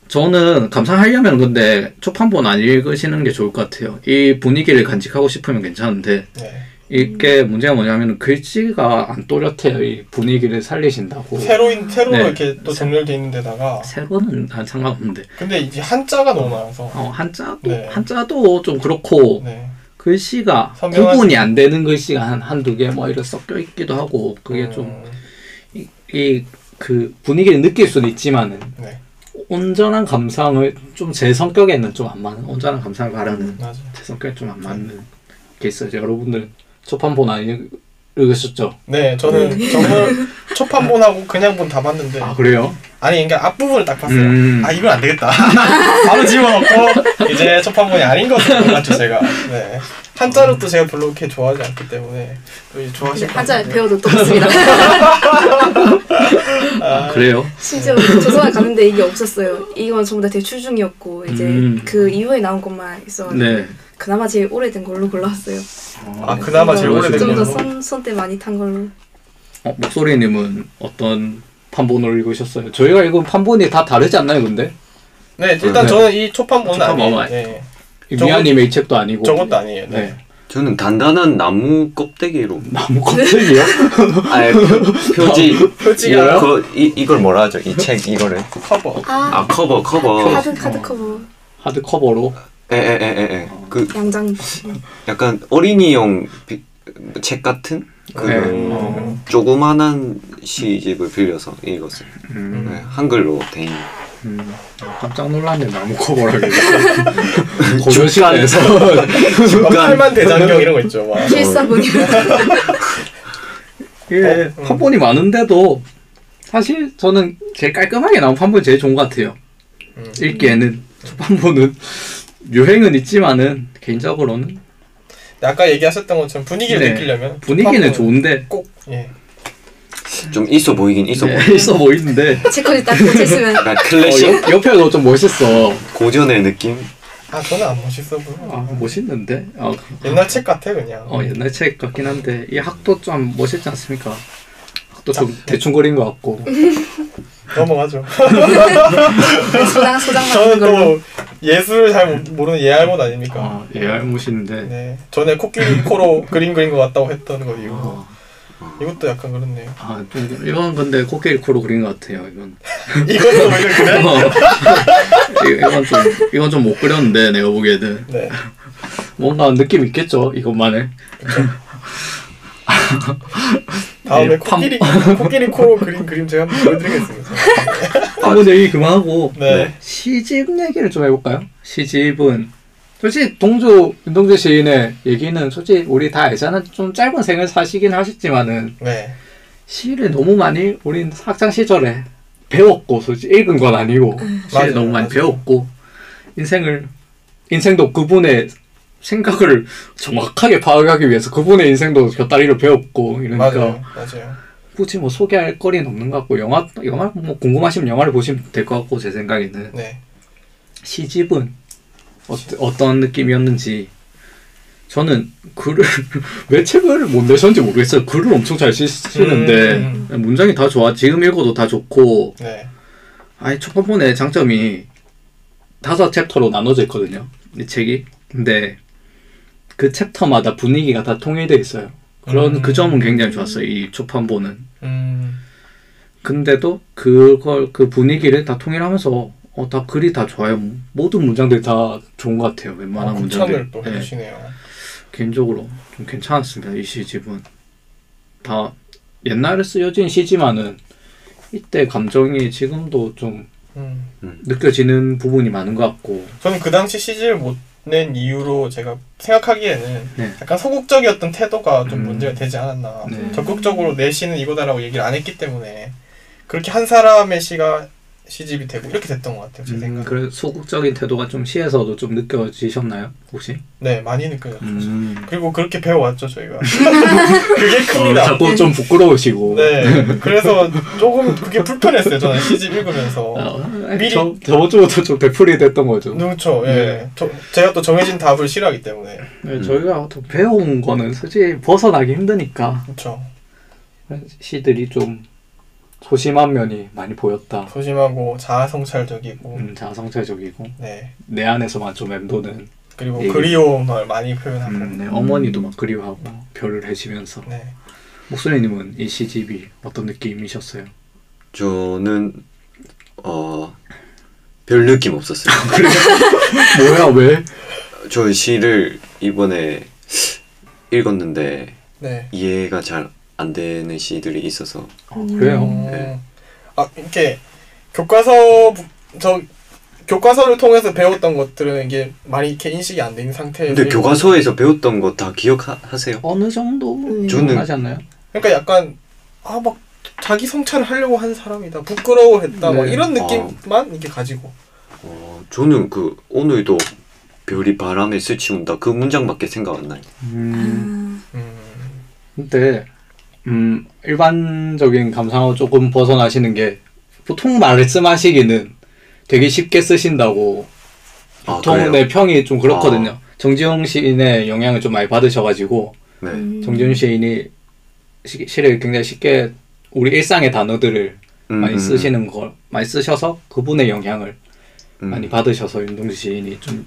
저는 감상하려면 근데 초판본 안 읽으시는 게 좋을 것 같아요. 이 분위기를 간직하고 싶으면 괜찮은데
네.
이게 문제가 뭐냐면 글씨가 안 또렷해요. 이 분위기를 살리신다고.
새로인 새로
네.
이렇게 또 정렬돼 있는 데다가
새거는 안 상관없는데
근데 이제 한자가 너무 많아서
어, 한자도
네.
한자도 좀 그렇고
네.
글씨가
선명하지.
구분이 안 되는 글씨가 한 한두 개 뭐 이런 섞여 있기도 하고 그게
음,
좀 이 그 분위기를 느낄 수는 있지만은
네.
온전한 감상을 좀 제 성격에는 좀 안 맞는 온전한 감상을 바라는
맞아.
제 성격에 좀 안 맞는 게 있어요. 여러분들 초판본 아니 읽으셨죠?
네, 저는 정말 첫판 본하고 그냥 본 다 봤는데
아 그래요?
아니 그러니까 앞부분을 딱 봤어요.
음.
아 이건 안 되겠다. 바로 집어넣고 이제 첫판 본이 아닌 것을 몰랐죠 제가. 네. 한자를 또 제가 별로 그렇게 좋아하지 않기 때문에 또 이제 좋아하실
한자
것 같은데.
배워도 똑같습니다.
네.
아, 그래요?
심지어 조선에 갔는데 이게 없었어요. 이건 전부 다 대출 중이었고 이제
음.
그 이후에 나온 것만 있어가지고
네.
그나마 제일 오래된 걸로 골랐어요.
아 그나마 제일
그거
오래된
진짜
걸로.
좀더선때 많이 탄 걸로.
어, 목소리님은 어떤 판본을 읽으셨어요? 저희가 읽은 판본이 다 다르지 않나요, 근데?
네, 일단
네.
저는 이 초판 본은
초판
아니에요.
봐봐요.
네.
이
저거-
미아님의 이 책도 아니고.
저것도 아니에요. 네.
네.
저는 단단한 나무 껍데기로
나무 껍데기요?
아예 어, 표지
표지가
이거 그, 이 이걸 뭐라 하죠? 이 책 이거를
커버.
아,
아 커버 커버
카드 카드 커버
하드 커버로.
예, 에에에에에 그
양장.
약간 어린이용 비- 책 같은 그
네.
음.
조그만한 시집을 빌려서 읽었어요.
음,
네, 한글로 된
음. 깜짝 놀랐네, 나무 커버라고. 고조시간에서.
막 팔만 대장경 이런 거 있죠. 막.
필사본이
예, 판본이 많은데도 사실 저는 제일 깔끔하게 나온 판본이 제일 좋은 것 같아요.
음.
읽기에는. 첫 판본은 유행은 있지만은 개인적으로는
아까 얘기하셨던 것처럼 분위기를
네.
느끼려면
분위기는
초판 본은
좋은데
꼭 예.
좀 있어 보이긴 있어 보여.
네, 있어 보이는데
체크를 딱 꽂혔으면
약간
어,
클래식
옆, 옆에 너좀 멋있어.
고전의 느낌.
아 저는 안 멋있어 보여.
아, 멋있는데? 아, 그-
옛날 책 같아 그냥.
어, 옛날 책 같긴 한데, 이 학도 좀 멋있지 않습니까? 학도 좀 대충 거린 것 같고.
넘어가죠.
소장 소장 같은
저는
걸로.
또 예술을 잘 모- 모르는 예알못 아닙니까?
아, 예알못인데.
네. 전에 코끼리 코로 그림 그린 것 같다고 했던 거 이거.
어,
이것도 약간 그렇네요.
아, 좀, 이건 근데 코끼리 코로 그린 것 같아요, 이건.
이것도 왜 그래?
어. 이- 이건 좀, 이건 좀 못 그렸는데, 내가 보기에는.
네.
뭔가 느낌 있겠죠, 이것만에.
다음에
네, 팜.
코끼리 코끼리 코로 그린 그림 제가 한번 보여드리겠습니다.
한번 얘기 그만하고
네.
시집 얘기를 좀 해볼까요? 시집은 솔직히 동주 윤동주 시인의 얘기는 솔직히 우리 다 알잖아. 좀 짧은 생을 사시긴 하셨지만은
네.
시를 너무 많이 우린 학창 시절에 배웠고 솔직히 읽은 건 아니고 시를
맞아요,
너무 많이
맞아요.
배웠고 인생을 인생도 그분의 생각을 정확하게 파악하기 위해서 그분의 인생도 곁다리로 배웠고 이러니까
맞아요. 맞아요.
굳이 뭐 소개할 거리는 없는 것 같고 영화 영화 뭐 궁금하시면 영화를 보시면 될 것 같고 제 생각에는
네.
시집은 어, 떤 느낌이었는지 저는 글을 왜 책을 못 내셨는지 모르겠어요. 글을 엄청 잘 쓰시는데
음,
문장이 다 좋아. 지금 읽어도 다 좋고
네.
아니 첫 번째 장점이 다섯 챕터로 나눠져 있거든요. 이 책이 근데 그 챕터마다 분위기가 다 통일돼 있어요. 그런
음.
그 점은 굉장히 좋았어요. 이 초판본은.
음.
근데도 그걸 그 분위기를 다 통일하면서 어, 다 글이 다 좋아요. 모든 문장들이 다 좋은 것 같아요. 웬만한
어,
문장들.
극찬을 또
네,
해주시네요.
개인적으로 좀 괜찮았습니다. 이 시집은 다 옛날에 쓰여진 시지만은 이때 감정이 지금도 좀
음.
느껴지는 부분이 많은 것 같고
저는 그 당시 시집을 못 낸 이유로 제가 생각하기에는
네.
약간 소극적이었던 태도가 좀
음.
문제가 되지 않았나.
네.
적극적으로 내 시는 이거다라고 얘기를 안 했기 때문에 그렇게 한 사람의 시가 시집이 되고 이렇게 됐던 것 같아요. 제
음,
생각.
그래 소극적인 태도가 좀 시에서도 좀 느껴지셨나요 혹시?
네, 많이 느껴졌죠.
음.
그리고 그렇게 배워왔죠 저희가. 그게
어,
큽니다.
자꾸 좀 부끄러우시고
네, 그래서 조금 그게 불편했어요. 저는 시집 읽으면서.
어,
미리-
저, 저번 주부터 좀 베풀이 됐던 거죠.
그렇죠. 예.
네.
저- 제가 또 정해진 답을 싫어하기 때문에.
네, 저희가 또 배운 거는 솔직히 벗어나기 힘드니까
그렇죠.
시들이 좀 소심한 면이 많이 보였다.
소심하고 자아성찰적이고.
음, 자성찰적이고
네.
내 안에서만 좀 맴도는
그리고
예.
그리움을 많이 표현하고.
음, 네, 어머니도 막 그리워하고 별을 해지면서
네.
목소리님은 이 시집이 어떤 느낌이셨어요?
저는 어, 별 느낌 없었어요.
뭐야 왜?
저 시를 이번에 읽었는데
네.
이해가 잘 안 되는 시들이 있어서
아, 그래요?
음,
네.
아 이렇게 교과서 부- 저 교과서를 통해서 배웠던 것들은 이게 많이 이렇게 인식이 안 된 상태에.
근데 교과서에서 배웠던 거 다 기억하세요?
어느 정도
음.
저는-
하지 않나요?
그러니까 약간 아 막 자기 성찰을 하려고 한 사람이다 부끄러워했다 막
네.
이런 느낌만 이렇게 가지고
어, 저는 그 오늘도 별이 바람에 스치운다 그 문장밖에 생각 안 나요.
음,
음,
음,
근데 음, 일반적인 감상하고 조금 벗어나시는 게 보통 말씀하시기는 되게 쉽게 쓰신다고
아
보통
그래요?
내 평이 좀 그렇거든요. 정지용 시인의 영향을 좀 많이 받으셔가지고
네.
음.
정지용 시인이 시- 시를 굉장히 쉽게 우리 일상의 단어들을
음,
많이
음,
쓰시는 걸 많이 쓰셔서 그분의 영향을
음.
많이 받으셔서 윤동주 시인이 좀,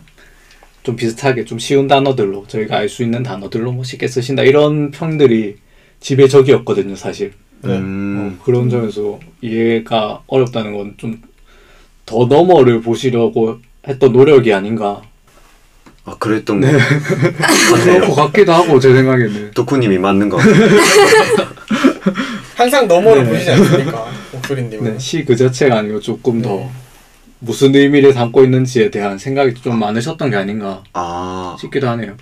좀 비슷하게 좀 쉬운 단어들로 저희가 알 수 있는 단어들로 뭐 쉽게 쓰신다 이런 평들이 지배적이었거든요 사실
네.
음.
어, 그런 점에서 이해가 어렵다는 건 좀 더 너머를 보시려고 했던 노력이 아닌가 어.
아 그랬던 거 아,
그럴
같네요.
것 같기도 하고 제 생각에는
덕후님이 맞는 거 같아요.
항상 너머를
네.
보시지 않습니까 목소리님은
네, 시 그 자체가 아니고 조금 더 무슨 의미를 담고 있는지에 대한 생각이 좀 많으셨던 게 아닌가
아,
싶기도 하네요.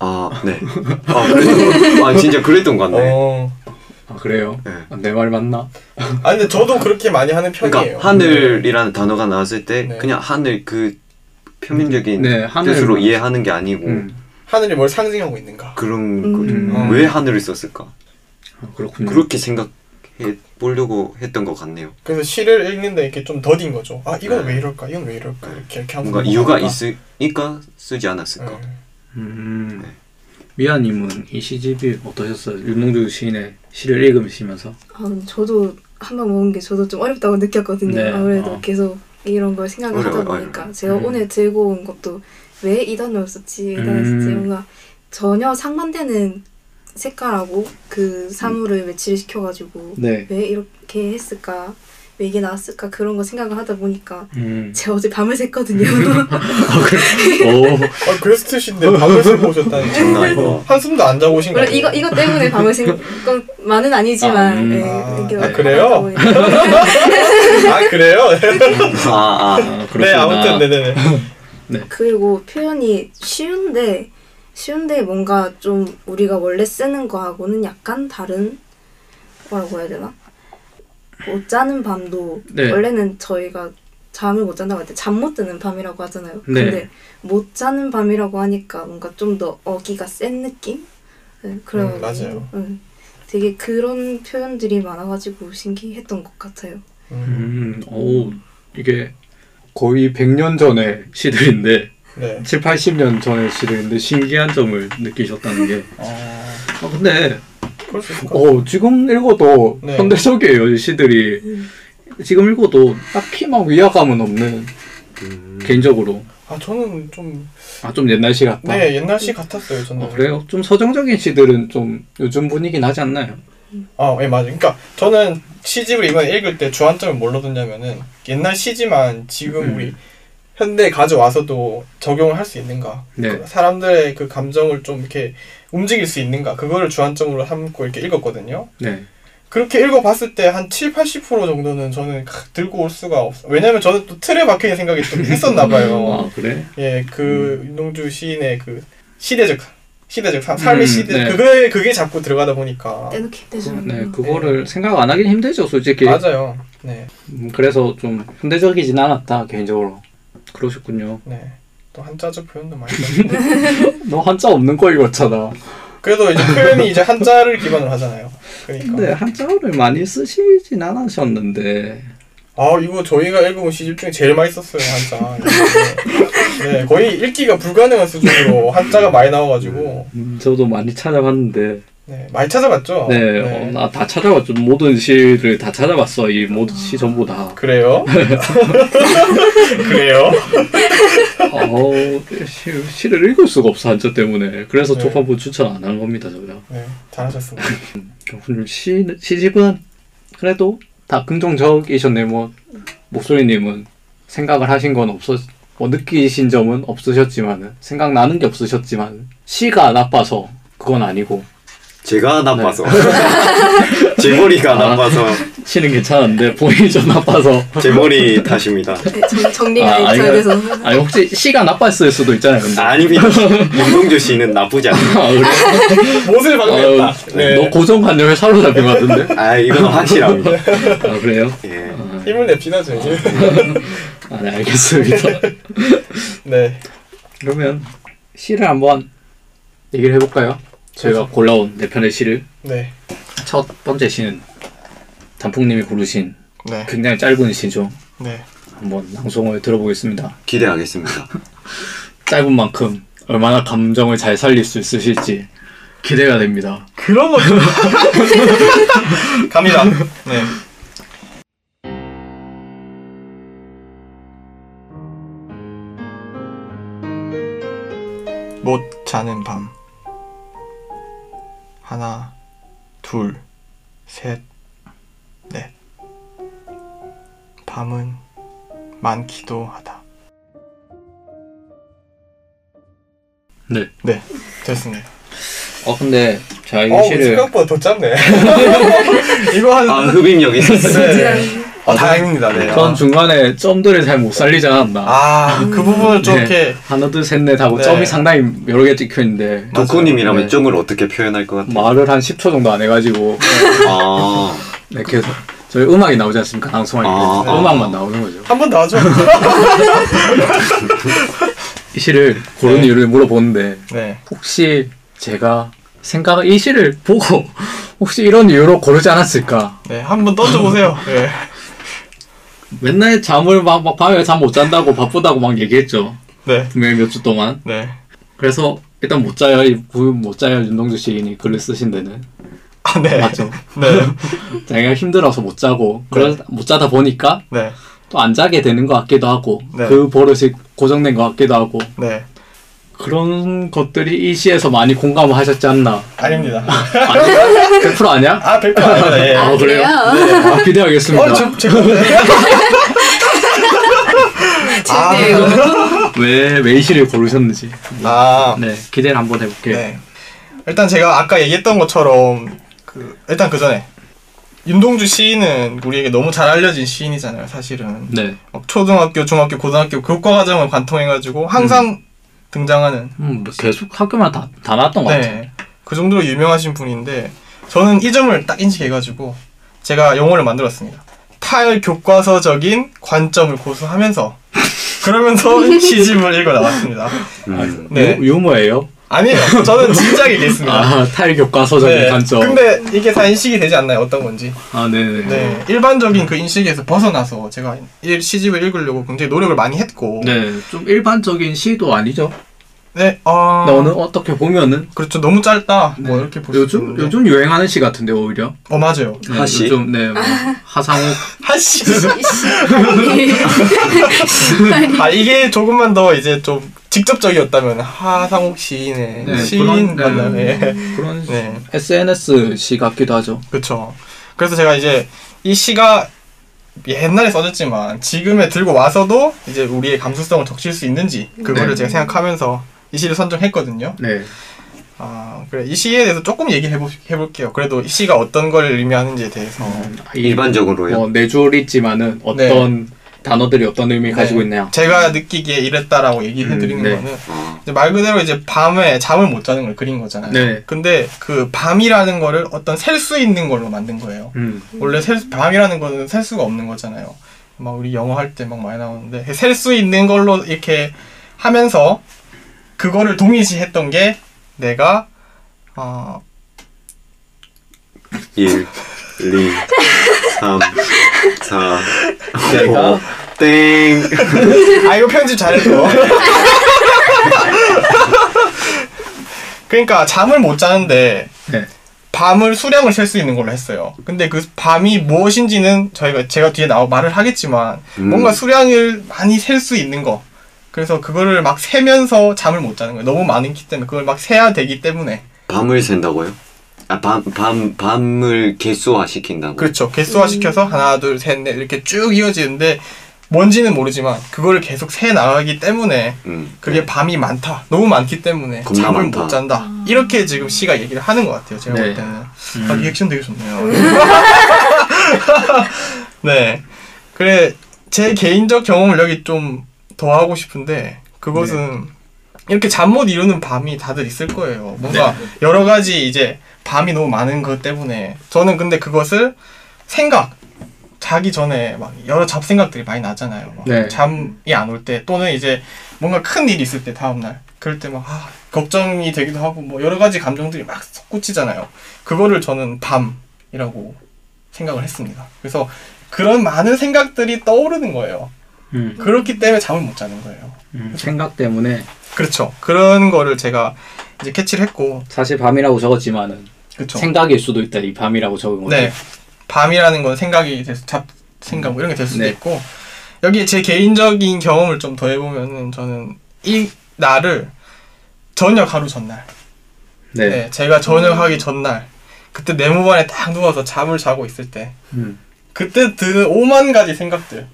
아, 네. 아, 그랬던, 아 진짜 그랬던 것 같네.
어,
아 그래요?
네.
아, 내말 맞나?
아 근데 저도 그렇게 많이 하는 편이에요
그러니까 하늘이라는 단어가 나왔을 때
네.
그냥 하늘 그 표면적인
네, 하늘.
뜻으로 이해하는 게 아니고
음,
하늘이 뭘 상징하고 있는가
그런
음.
거죠.
음.
왜 하늘을 썼을까?
아,
음.
그렇군요.
그렇게 생각해 보려고 했던 것 같네요.
그래서 시를 읽는데 이렇게 좀 더딘 거죠 아 이건
네.
왜 이럴까 이건 왜 이럴까 이렇게 이렇게 하면서
뭔가 이유가
아, 뭔가-
있으니까 쓰지 않았을까.
네.
음,
네.
미아님은 이 시집이 어떠셨어요? 윤동주 시인의 시를 읽으시면서
아, 저도 한 방 먹은 게 저도 좀 어렵다고 느꼈거든요.
네,
아무래도
어. 계속
계속 이런 걸 생각을
어려워요,
하다 보니까
어려워요.
제가
음.
오늘 들고 온 것도 왜 이 단어를 썼지, 이 단어를
음.
썼지 뭔가 전혀 상반되는 색깔하고 그 사물을 매치를 시켜가지고
네.
왜 이렇게 했을까 왜 이게 나왔을까 그런 거 생각을 하다 보니까
음.
제가 어제 밤을 샜거든요.
아, 그래? 오.
아, 그레스트신데 밤을 새고 오셨다니
장난 아니고
한숨도 안 자고 오신 거
물론
아니에요?
이거 이거 때문에 밤을 샜건 많은 아니지만
아, 음.
네,
아,
이게
아,
하다
그래요?
보니까.
아 그래요?
아아
아, 그렇구나.
네 아무튼 네네네
그리고 표현이 쉬운데 쉬운데 뭔가 좀 우리가 원래 쓰는 거하고는 약간 다른 거라고 해야 되나? 못 자는 밤도
네.
원래는 저희가 잠을 못 잔다고 할 때 잠 못 드는 밤이라고 하잖아요.
네.
근데 못 자는 밤이라고 하니까 뭔가 좀 더 어기가 센 느낌? 네, 그런
음, 맞아요.
음, 되게 그런 표현들이 많아가지고 신기했던 것 같아요.
음,
음, 오, 이게 거의 100년 전의 시들인데,
네
7, 80년 전의 시들인데, 신기한 점을 느끼셨다는 게.
어,
아, 근데,
그럴 수 있을 것
어, 지금 읽어도
네.
현대적이에요, 이 시들이.
음.
지금 읽어도 딱히 막 위화감은 없는,
음.
개인적으로.
같아요. 아 저는 좀네 네,
아, 좀 옛날 시 같다.
옛날 시 같았어요 저는
아, 그래요? 좀 서정적인 시들은 좀 요즘 분위기 나지 않나요?
아, 예, 맞아요. 그러니까 저는 시집을 이번에 읽을 때 주안점을 뭘로 뒀냐면은 옛날 시지만 지금
음.
우리 현대에 가져와서도 적용을 할 수 있는가?
네.
그 사람들의 그 감정을 좀 이렇게 움직일 수 있는가? 그거를 주안점으로 삼고 이렇게 읽었거든요.
네.
그렇게 읽어봤을 때 한 7, 80% 정도는 저는 크, 들고 올 수가 없어요. 왜냐면 저는 또 틀에 박혀있는 생각이 좀 있었나봐요.
아, 음. 그래?
예, 그 윤동주 시인의 그 시대적, 시대적, 삶- 삶의
음,
시대,
네.
그거에, 그게 자꾸 들어가다 보니까.
떼놓기 힘들죠.
네, 그거를 생각 안 하긴 힘들죠, 솔직히.
맞아요. 네.
음, 그래서 좀 현대적이진 않았다, 개인적으로. 그러셨군요.
네. 또 한자적 표현도 많이 썼고
너 한자 없는 거 읽었잖아.
그래도 이제 표현이 이제 한자를 기반으로 하잖아요. 그러니까.
근데 한자어를 많이 쓰시진 않으셨는데.
아 이거 저희가 읽어본 시집 중에 제일 많이 썼어요 한자. 네 거의 읽기가 불가능한 수준으로 한자가 많이 나와가지고
음, 저도 많이 찾아봤는데.
네 많이 찾아봤죠.
네, 어, 나 다 찾아봤죠. 모든 시를 다 찾아봤어. 이 모든 시 전부 다.
그래요? 그래요?
어, 시, 시를 읽을 수가 없어, 한자 때문에. 그래서
네.
초반부 추천 안 한 겁니다, 저희가.
네 잘하셨습니다.
오늘 시, 시집은 그래도 다 긍정적이셨네. 뭐, 목소리님은 생각을 하신 건 없었, 뭐, 느끼신 점은 없으셨지만은, 생각나는 게 없으셨지만, 시가 나빠서 그건 아니고,
네.
제가 나빠서 제 머리가
아.
나빠서
시는 괜찮은데, 본인이 좀 나빠서.
제 머리 탓입니다.
네, 정, 정리가
아,
잘
아니요.
돼서
아니, 혹시 시가 나빴을 수도 있잖아요, 근데.
아닙니다. 윤동주 씨는 나쁘지 않아요.
아, 그래?
못을
아유,
박는다. 네
너 고정관념에 사로잡힌 것 같은데?
아 이건 확실합니다.
아, 그래요?
예.
아,
힘을 냅시다 저희.
아, 네, 알겠습니다.
네
그러면 시를 한번 얘기를 해볼까요? 제가 골라온 네 편의 시를
네.
첫 번째 시는 단풍님이 부르신
네.
굉장히 짧은 시죠.
네.
한번 낭송을 들어보겠습니다.
기대하겠습니다.
짧은 만큼 얼마나 감정을 잘 살릴 수 있으실지 기대가 됩니다.
그런 거 좀. 갑니다. 네. 못 자는 밤. 하나, 둘, 셋, 넷. 밤은 많기도 하다.
네.
네, 됐습니다.
어 근데 제가 이
어,
시를
생각보다 더 짧네. 이거 한
아 흡입력 있었어요.
네. 아, 다행입니다. 네.
전 중간에 점들을 잘 못 살리지 않았나.
아, 그 부분을 좀
네.
이렇게
하나 둘 셋 넷 하고
네.
점이 상당히 여러 개 찍혀 있는데
맞아요.
도코님이라면
네.
점을 어떻게 표현할 것 같아요?
말을 한 10초 정도 안 해가지고
아
네, 계속 저희 음악이 나오지 않습니까? 방송할 때
아,
아.
음악만 나오는 거죠.
한 번 더 하죠.
이 시를 고른
네.
이유를 물어보는데
네.
혹시 제가 생각 이 시를 보고 혹시 이런 이유로 고르지 않았을까?
네, 한 번 던져 보세요. 네.
맨날 잠을 막, 막 밤에 잠 못 잔다고 바쁘다고 막 얘기했죠.
네.
분명히 몇 주 동안.
네.
그래서 일단 못 자요. 이 부- 못 자요. 윤동주 시인이 글을 쓰신 데는
아, 네.
맞죠.
네.
자기가 힘들어서 못 자고 그러, 못 자다 보니까
네.
또 안 자게 되는 것 같기도 하고
네.
그 버릇이 고정된 것 같기도 하고
네.
그런 것들이 이 시에서 많이 공감을 하셨지 않나.
아닙니다.
아니야? 100% 아니야?
아, 100% 아닙니다. 예.
아, 그래요? 아, 기대하겠습니다.
어, 저, 제가.
아,
네,
재미요.
왜, 왜 이 시를 고르셨는지.
아,
네, 기대를 한번 해볼게요.
네. 일단 제가 아까 얘기했던 것처럼, 그, 일단 그 전에. 윤동주 시인은 우리에게 너무 잘 알려진 시인이잖아요, 사실은.
네.
막 초등학교, 중학교, 고등학교 교과 과정을 관통해가지고 항상 등장하는
음, 뭐 계속 학교마다 다, 다 나왔던 것 같아요.
네. 그 정도로 유명하신 분인데 저는 이 점을 딱 인식해가지고 제가 영어를 만들었습니다. 타일 교과서적인 관점을 고수하면서 그러면서 시집을 읽어 나왔습니다.
음.
네.
유, 유머예요?
아니에요. 저는 진작 얘기했습니다.
아, 탈교과서적인
네.
관점.
근데 이게 다 인식이 되지 않나요? 어떤 건지.
아, 네네.
네. 일반적인 그 인식에서 벗어나서 제가 일- 시집을 읽으려고 굉장히 노력을 많이 했고.
네, 좀 일반적인 시도 아니죠.
네. 어.
근데 어느 어떻게 보면은
그렇죠. 너무 짧다. 뭐
네,
이렇게 보시면.
요즘 요즘 유행하는 시 같은데 오히려
어 맞아요.
네,
하시?
요즘 네뭐 하상욱
한시.
이
아 이게 조금만 더 이제 좀 직접적이었다면 하상욱 시인의
네,
시인
그런- 네.
만남에
그런
네
SNS 시 같기도 하죠.
그렇죠. 그래서 제가 이제 이 시가 옛날에 써졌지만 지금에 들고 와서도 이제 우리의 감수성을 적실 수 있는지 그거를
네.
제가 생각하면서 이 시를 선정했거든요.
네,
아 그래 이 시에 대해서 조금 얘기해 볼게요. 그래도 이 시가 어떤 걸 의미하는지에 대해서
어.
일반적으로요.
뭐네 줄이지만은 어떤 단어들이 어떤 의미 를 가지고
네,
있나요?
제가 느끼기에 이랬다라고 얘기해
음,
드리는
네.
거는
어.
이제 말 그대로 이제 밤에 잠을 못 자는 걸 그린 거잖아요.
네.
근데 그 밤이라는 거를 어떤 셀 수 있는 걸로 만든 거예요.
음,
원래 셀 수- 밤이라는 거는 셀 수가 없는 거잖아요. 막 우리 영어 할 때 막 많이 나오는데 그 셀 수 있는 걸로 이렇게 하면서 그거를 동일시했던 게 내가 아
일, 이, 삼, 사,
내가?
오, 땡.
아 이거 편집 잘했어. 그러니까 잠을 못 자는데
네.
밤을 수량을 셀 수 있는 걸로 했어요. 근데 그 밤이 무엇인지는 저희가 제가 뒤에 나와 말을 하겠지만
음.
뭔가 수량을 많이 셀 수 있는 거. 그래서 그거를 막 세면서 잠을 못 자는 거예요. 너무 많기 때문에 그걸 막 세야 되기 때문에
밤을 샌다고요? 아, 밤, 밤, 밤을 개수화 시킨다고.
그렇죠. 개수화 시켜서 하나 둘 셋 넷 이렇게 쭉 이어지는데 뭔지는 모르지만 그거를 계속 세 나가기 때문에
음.
네.
그게 밤이 많다. 너무 많기 때문에
겁나
잠을
많다.
못 잔다. 이렇게 지금 씨가 얘기를 하는 것 같아요. 제가
아. 네.
볼 때는. 아,
음.
리액션 되게 좋네요. 네. 그래, 제 개인적 경험을 여기 좀 더 하고 싶은데, 그것은 이렇게 잠 못 이루는 밤이 다들 있을 거예요. 뭔가 여러 가지 이제 밤이 너무 많은 것 때문에. 저는 근데 그것을 생각, 자기 전에 막 여러 잡생각들이 많이 나잖아요. 막
네.
잠이 안 올 때, 또는 이제 뭔가 큰 일이 있을 때 다음날. 그럴 때 막, 아, 걱정이 되기도 하고, 뭐 여러 가지 감정들이 막 솟구치잖아요. 그거를 저는 밤이라고 생각을 했습니다. 그래서 그런 많은 생각들이 떠오르는 거예요.
음,
그렇기 때문에 잠을 못 자는 거예요.
음. 생각 때문에
그렇죠. 그런 거를 제가 이제 캐치를 했고,
사실 밤이라고 적었지만은
그렇죠.
생각일 수도 있다. 이 밤이라고 적은 거죠.
네, 밤이라는 건 생각이 될 수, 잡 생각 뭐 이런 게 될 수도
네.
있고 여기에 제 개인적인 경험을 좀 더 해보면은 저는 이 날을 저녁 하루 전날,
네.
네, 제가 저녁하기 전날 그때 내 모발에 딱 누워서 잠을 자고 있을 때
음.
그때 드는 오만 가지 생각들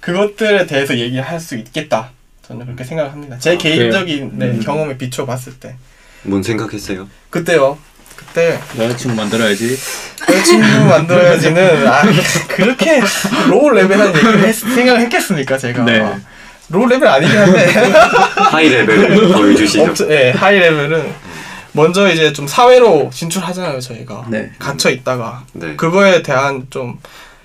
그것들에 대해서 얘기할 수 있겠다 저는 그렇게 생각합니다 제 개인적인 네,
아, 음.
경험에 비춰 봤을 때
뭔 생각했어요?
그때요 그때
여자친구 만들어야지.
여자친구 만들어야지는 아 그렇게 로우 레벨한 얘기를 했- 생각을 했겠습니까 제가
네.
로우 레벨 아니긴 한데
하이 레벨을 보여주시죠.
그 엄청- 예, 하이 레벨은 먼저 이제 좀 사회로 진출하잖아요 저희가
네.
갇혀 있다가
네.
그거에 대한 좀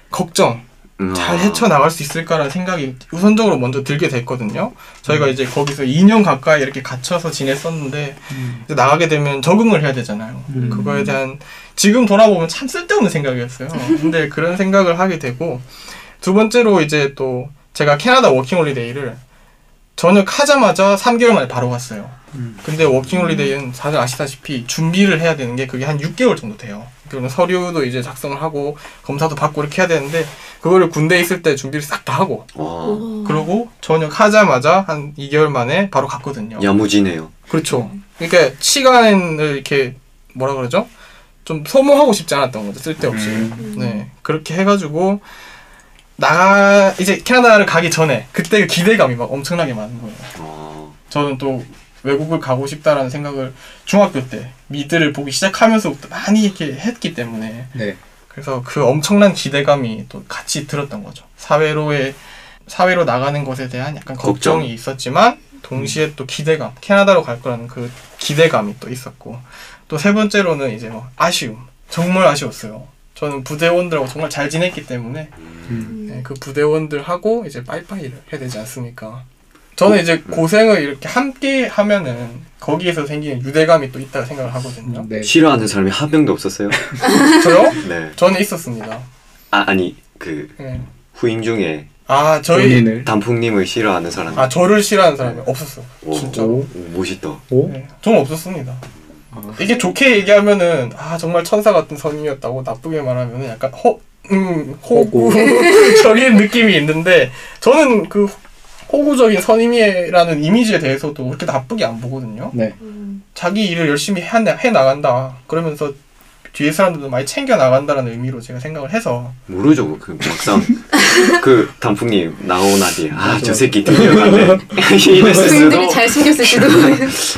걱정
음,
잘
아.
헤쳐나갈 수 있을까라는 생각이 우선적으로 먼저 들게 됐거든요. 저희가 이제 거기서 2년 가까이 이렇게 갇혀서 지냈었는데 이제 나가게 되면 적응을 해야 되잖아요.
음.
그거에 대한 지금 돌아보면 참 쓸데없는 생각이었어요. 근데 그런 생각을 하게 되고 두 번째로 이제 또 제가 캐나다 워킹홀리데이를 전역하자마자 3개월 만에 바로 갔어요. 근데 워킹홀리데이는 다들 아시다시피 준비를 해야 되는 게 그게 한 6개월 정도 돼요. 그러면 서류도 이제 작성을 하고 검사도 받고 이렇게 해야 되는데 그거를 군대에 있을 때 준비를 싹 다 하고
와
어.
음.
오.
그러고 전역하자마자 한 2개월 만에 바로 갔거든요.
야무지네요.
그렇죠. 그러니까 시간을 이렇게 뭐라 그러죠? 좀 소모하고 싶지 않았던 거죠. 쓸데없이.
음.
네. 그렇게 해가지고 나가 이제 캐나다를 가기 전에 그때 그 기대감이 막 엄청나게 많은 거예요.
와.
저는 또 외국을 가고 싶다라는 생각을 중학교 때 미드를 보기 시작하면서부터 많이 이렇게 했기 때문에
네.
그래서 그 엄청난 기대감이 또 같이 들었던 거죠. 사회로의 사회로 나가는 것에 대한 약간
걱정.
걱정이 있었지만 동시에 또 기대감, 캐나다로 갈 거라는 그 기대감이 또 있었고 또 세 번째로는 이제 뭐 아쉬움, 정말 아쉬웠어요. 저는 부대원들하고 정말 잘 지냈기 때문에
음.
네, 그 부대원들하고 이제 빠이빠이를 해야 되지 않습니까? 저는 이제 고생을 이렇게 함께 하면은 거기에서 생기는 유대감이 또 있다고 생각을 하거든요.
네.
싫어하는 사람이 한 명도 없었어요.
저요?
네.
저는 있었습니다.
아 아니 그
네.
후임 중에
아 저희
본인을
단풍님을 싫어하는 사람.
아 저를 싫어하는 사람이 없었어.
오.
진짜.
오.
오, 멋있다.
오?
네, 저는 없었습니다.
아.
이게 좋게 얘기하면은 아 정말 천사 같은 선임이었다고 나쁘게 말하면은 약간 허, 음, 호구적인 느낌이 있는데 저는 그 호구적인 선임이라는 이미지에 대해서도 그렇게 나쁘게 안 보거든요.
네.
자기 일을 열심히 해, 해 나간다 그러면서 뒤에 사람들도 많이 챙겨 나간다라는 의미로 제가 생각을 해서
모르죠 그 막상 그 단풍님 나온 아디 아저 새끼 드디어 갔네 이랬을 수도
네.
분들이 잘생겼을지도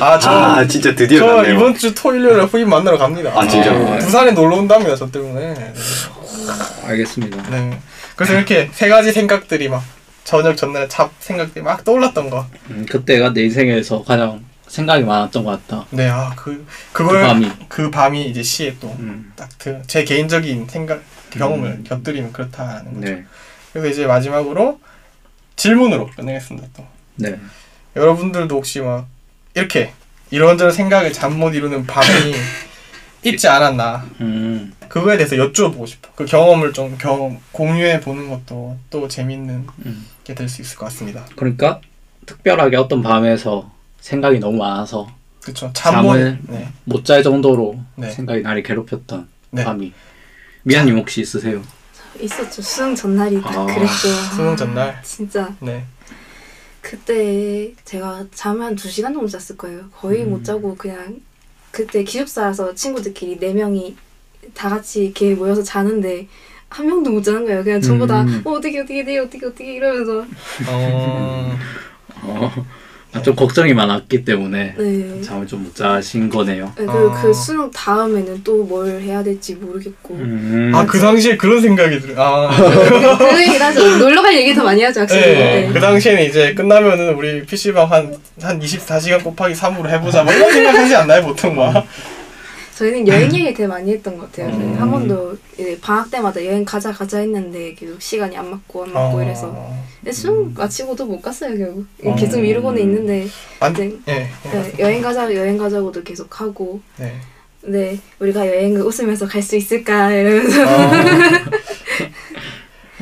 아저
아 진짜 드디어
저
갔네요
이번 주 토일요일에 후임 만나러 갑니다.
아, 진짜요?
부산에 놀러 온답니다. 저 때문에.
알겠습니다.
네. 그래서 이렇게 세 가지 생각들이 막 저녁 전날에 잡 생각들이 막 떠올랐던 거.
음, 그때가 내 인생에서 가장 생각이 많았던 것 같다.
네, 아, 그,
그
그걸, 그 밤이,
밤이.
이제 시에 또,
음.
딱, 들, 제 개인적인 생각, 경험을 곁들이면 그렇다는 거죠.
네.
그래서 이제 마지막으로 질문으로 끝내겠습니다, 또.
네.
여러분들도 혹시 막, 이렇게, 이런저런 생각을 잠 못 이루는 밤이 있지 않았나.
음.
그거에 대해서 여쭤보고 싶어. 그 경험을 좀 경험, 공유해 보는 것도 또 재밌는
음.
게 될 수 있을 것 같습니다.
그러니까 특별하게 어떤 밤에서 생각이 너무 많아서
그쵸. 잠못,
잠을-
네.
못 잘 정도로
네.
생각이 나를 괴롭혔던
네.
밤이. 미안님 혹시 있으세요?
있었죠. 수능 전날이 딱
아.
그랬죠.
수능 전날.
진짜
네.
그때 제가 잠을 한 2시간 정도 잤을 거예요. 거의
음.
못 자고 그냥 그때 기숙사라서 친구들끼리 4명이 다 같이 이렇게 모여서 자는데 한 명도 못 자는 거예요. 그냥 전부 다
음.
어, 어떻게 어떻게 내 어떻게 어떻게 이러면서
어,
어. 아, 좀 걱정이 많았기 때문에
네.
잠을 좀 못 자신 거네요.
네, 그리고
아.
그 수능 다음에는 또 뭘 해야 될지 모르겠고
음.
아, 그 당시에 그런 생각이 들어. 아.
그 얘기를 하죠. 놀러 갈 얘기 더 많이 하죠, 확실히.
네.
네.
그 당시에는 이제 끝나면은 우리 PC방 한, 한 24시간 곱하기 3으로 해보자. 뭐 이런 생각 하지 않나요, 보통 막?
저희는 여행 얘기를 되게 많이 했던 것 같아요.
음.
한 번도 이제 방학 때마다 여행 가자 가자 했는데 계속 시간이 안 맞고 안
아.
맞고 뭐 이래서
어.
근데
음.
수능 마치고도 못 갔어요 결국
어.
계속 미루고는 있는데
안,
네.
음.
예.
네, 여행 가자 여행 가자고도 계속 하고
네.
네 우리가 여행을 웃으면서 갈 수 있을까 이러면서
어.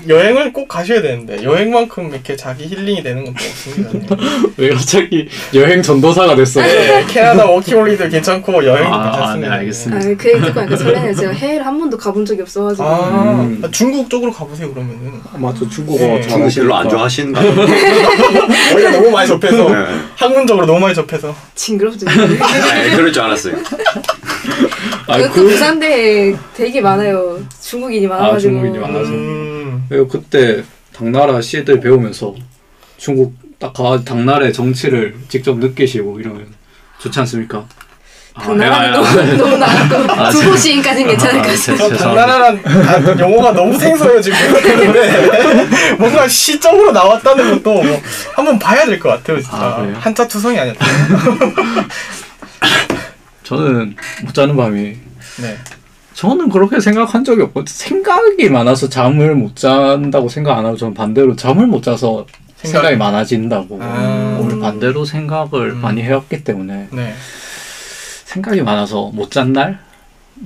여행을 꼭 가셔야 되는데, 여행만큼 이렇게 자기 힐링이 되는 건 또 없습니다. 네.
왜 갑자기 여행 전도사가 됐어요?
네, 캐나다 워킹홀리도 괜찮고, 여행도
아,
괜찮습니다.
네, 알겠습니다.
아, 그 얘기 듣고 약간 설레네요. 제가 해외를 한 번도 가본 적이 없어가지고
아,
음.
아, 중국 쪽으로 가보세요, 그러면은.
아, 맞죠. 중국어
네.
중국 별로 안
잘하시니까.
좋아하시는가
원래 너무 많이 접해서.
네.
학문적으로 너무 많이 접해서.
징그럽죠.
네, 그럴 줄 알았어요
아,
그것도
그,
부산대에 되게 많아요. 중국인이 많아가지고.
중국인이 많아. 맞아.
음.
그리고 그때 당나라 시들 배우면서 중국 딱 가, 당나라의 정치를 직접 느끼시고 이러면 좋지 않습니까? 아,
당나라는 너무 너무 나왔고 두 도시인까지는 괜찮을 것 같아요.
저 당나라란 아, 용어가 너무 생소해요 지금 근데 뭔가 시적으로 나왔다는 것도 뭐 한번 봐야 될 것 같아요 진짜
아, 그래요?
한자 투성이 아니었다
저는 못 자는 밤이
네
저는 그렇게 생각한 적이 없고 생각이 많아서 잠을 못 잔다고 생각 안 하고 저는 반대로 잠을 못 자서
생각-
생각이 많아진다고
아.
오늘 반대로 생각을
음.
많이 해왔기 때문에
네.
생각이 많아서 못 잔 날이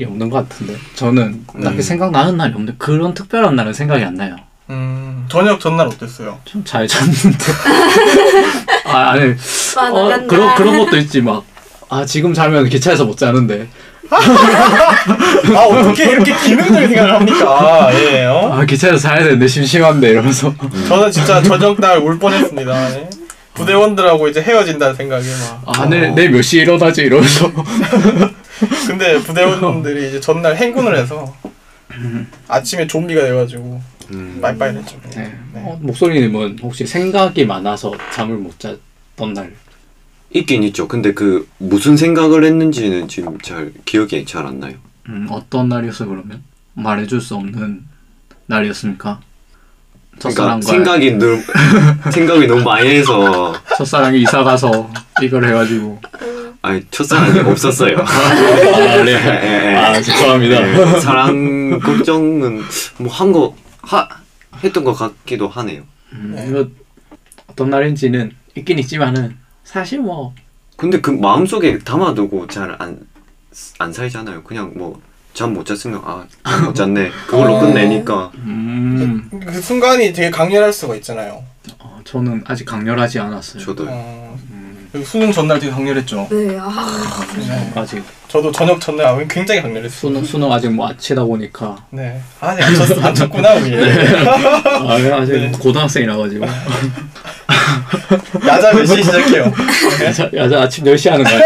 없는 것 같은데 저는 딱히
음.
생각나는 날이 없는데 그런 특별한 날은 생각이 안 나요
음, 저녁 전날 어땠어요?
좀 잘 잤는데. 아, 아니.
와,
어,
나간다.
그런, 그런 것도 있지, 막. 아, 지금 자면 기차에서 못 자는데.
아, 어떻게 이렇게 기능적인 생각을 합니까? 예, 어?
아, 네. 기차에서 자야 되는데 심심한데, 이러면서.
저는 진짜 저녁날 울 뻔했습니다. 예. 부대원들하고 이제 헤어진다는 생각에 막.
아, 내, 내몇 시에 일어나지? 이러면서.
근데 부대원들이 이제 전날 행군을 해서 아침에 좀비가 돼가지고
음.
빨빨했죠.
네.
네.
어, 목소리님은 혹시 생각이 많아서 잠을 못 잤던 날.
있긴 있죠. 근데 그 무슨 생각을 했는지는 지금 잘 기억이 잘 안 나요.
음, 어떤 날이었어요, 그러면? 말해줄 수 없는 날이었습니까? 첫사랑과
그러니까 생각이 늘 생각이 너무 많이 해서
첫사랑이 이사 가서 이걸 해가지고
아니 첫사랑이 없었어요.
아,
예, 예, 예.
아 죄송합니다.
예, 사랑 걱정은 뭐 한 거 했던 것 같기도 하네요.
음, 이거 어떤 날인지는 있긴 있지만은 사실 뭐
근데 그 마음속에 담아두고 잘 안 안 살잖아요. 그냥 뭐 잠 못 잤으면 아못 잤네 그걸로
어.
끝내니까
음,
그 순간이 되게 강렬할 수가 있잖아요.
어, 저는 아직 강렬하지 않았어요.
저도
어,
음,
그리고 수능 전날 되게 강렬했죠.
네, 아,
네.
아직
저도 저녁 전날 아, 굉장히 강렬했어요.
수능 수능 아직 뭐 아치다 보니까
네. 아, 네, 안 쳤, 안 쳤구나, 우리.
아, 아직
네.
고등학생이라 가지고
야자 몇 시에 시작해요?
야자, 야자 아침 10시 하는 거야.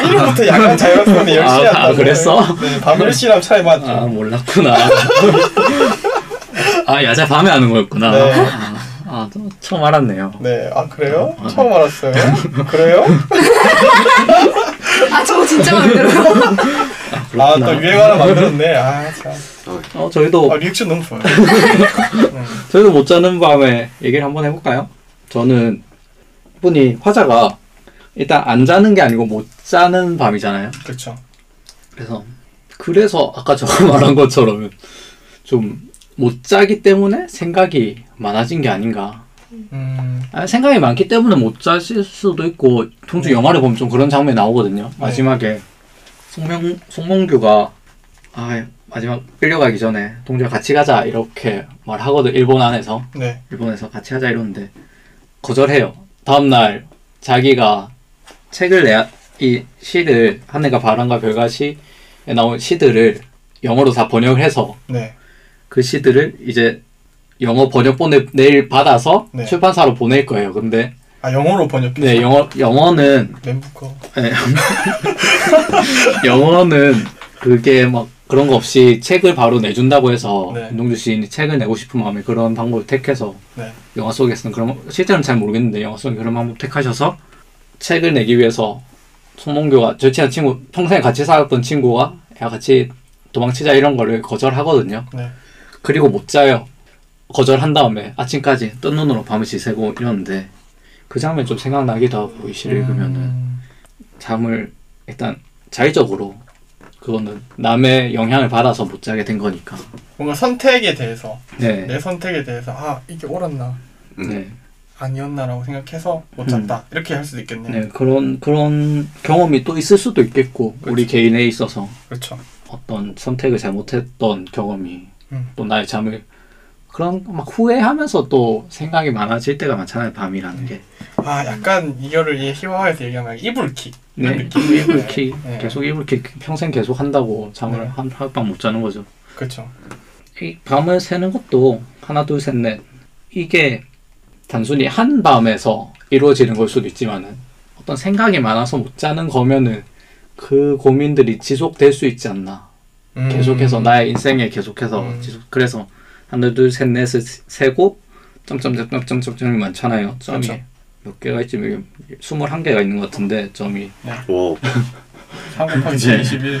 1일부터 약간 자율학습이 10시
아,
한다고.
아, 그랬어?
네, 밤 10시랑 차이 맞죠.
아 몰랐구나. 아 야자 밤에 하는 거였구나.
네.
아, 아, 또 처음 알았네요.
네, 아, 그래요? 처음 알았어요. 그래요?
아 저거 진짜 마음에 들어요.
아, 또
그렇구나.
유행 하나 만들었네. 아, 참.
어 저희도
아, 리액션 너무 좋아요.
저희도 못 자는 밤에 얘기를 한번 해볼까요? 저는 분이 화자가 일단 안 자는 게 아니고 못 자는 밤이잖아요.
그렇죠.
그래서 그래서 아까 저가 말한 것처럼 좀 못 자기 때문에 생각이 많아진 게 아닌가.
음,
아, 생각이 많기 때문에 못 자실 수도 있고 종종 영화를 보면 좀 그런 장면이 나오거든요. 마지막에 송명 송몽규가 아 마지막 끌려가기 전에 동주야 같이 가자 이렇게 말하거든 일본 안에서.
네.
일본에서 같이 하자 이러는데 거절해요. 다음날 자기가 책을 내야 이 시를 하늘과 바람과 별과 시에 나온 시들을 영어로 다 번역을 해서
네.
그 시들을 이제 영어 번역본을 내일 받아서
네.
출판사로 보낼 거예요. 근데
아, 영어로 번역해.
네 영어 영어는
멘부커.
네. 영어는 그게 막 그런 거 없이 책을 바로 내준다고 해서
네.
윤동주 시인이 책을 내고 싶은 마음에 그런 방법을 택해서
네.
영화 속에서는 그런 실제는 잘 모르겠는데 영화 속에 그런 방법 택하셔서 책을 내기 위해서 송몽교가 저 친한 친구 평생 같이 살았던 친구가 야 같이 도망치자 이런 거를 거절하거든요.
네.
그리고 못 자요. 거절한 다음에 아침까지 뜬 눈으로 밤을 지새고 이러는데 그 장면 좀 생각나기도 하고 이 시를 읽으면은
음,
잠을 일단 자의적으로 그거는 남의 영향을 받아서 못 자게 된 거니까.
뭔가 선택에 대해서,
네.
내 선택에 대해서, 아, 이게 옳았나,
음.
네.
아니었나라고 생각해서 못 잤다. 이렇게 할 수도 있겠네요.
음. 네. 그런 그런 경험이 또 있을 수도 있겠고 우리 개인에 있어서
그렇죠.
어떤 선택을 잘못했던 경험이
음.
또 나의 잠을 그런 막 후회하면서 또 생각이 많아질 때가 많잖아요 밤이라는 게
아, 약간 이거를 이 희화화해서 얘기하면 이불킥.
네.
느낌.
이불킥
네.
계속 이불킥 평생 계속 한다고 잠을
네.
한 하룻밤 못 자는 거죠
그렇죠.
이 밤을 새는 것도 하나 둘 셋 넷 이게 단순히 한 밤에서 이루어지는 걸 수도 있지만은 어떤 생각이 많아서 못 자는 거면은 그 고민들이 지속될 수 있지 않나
음.
계속해서 나의 인생에 계속해서
음.
지속 그래서 하나 둘셋 넷을 세- 세고 점점점점점점점이 많잖아요 점이
그렇죠.
몇 개가 있지 뭐 이게 21개가 있는 것 같은데 점이
오
3 곱하기
네.
21.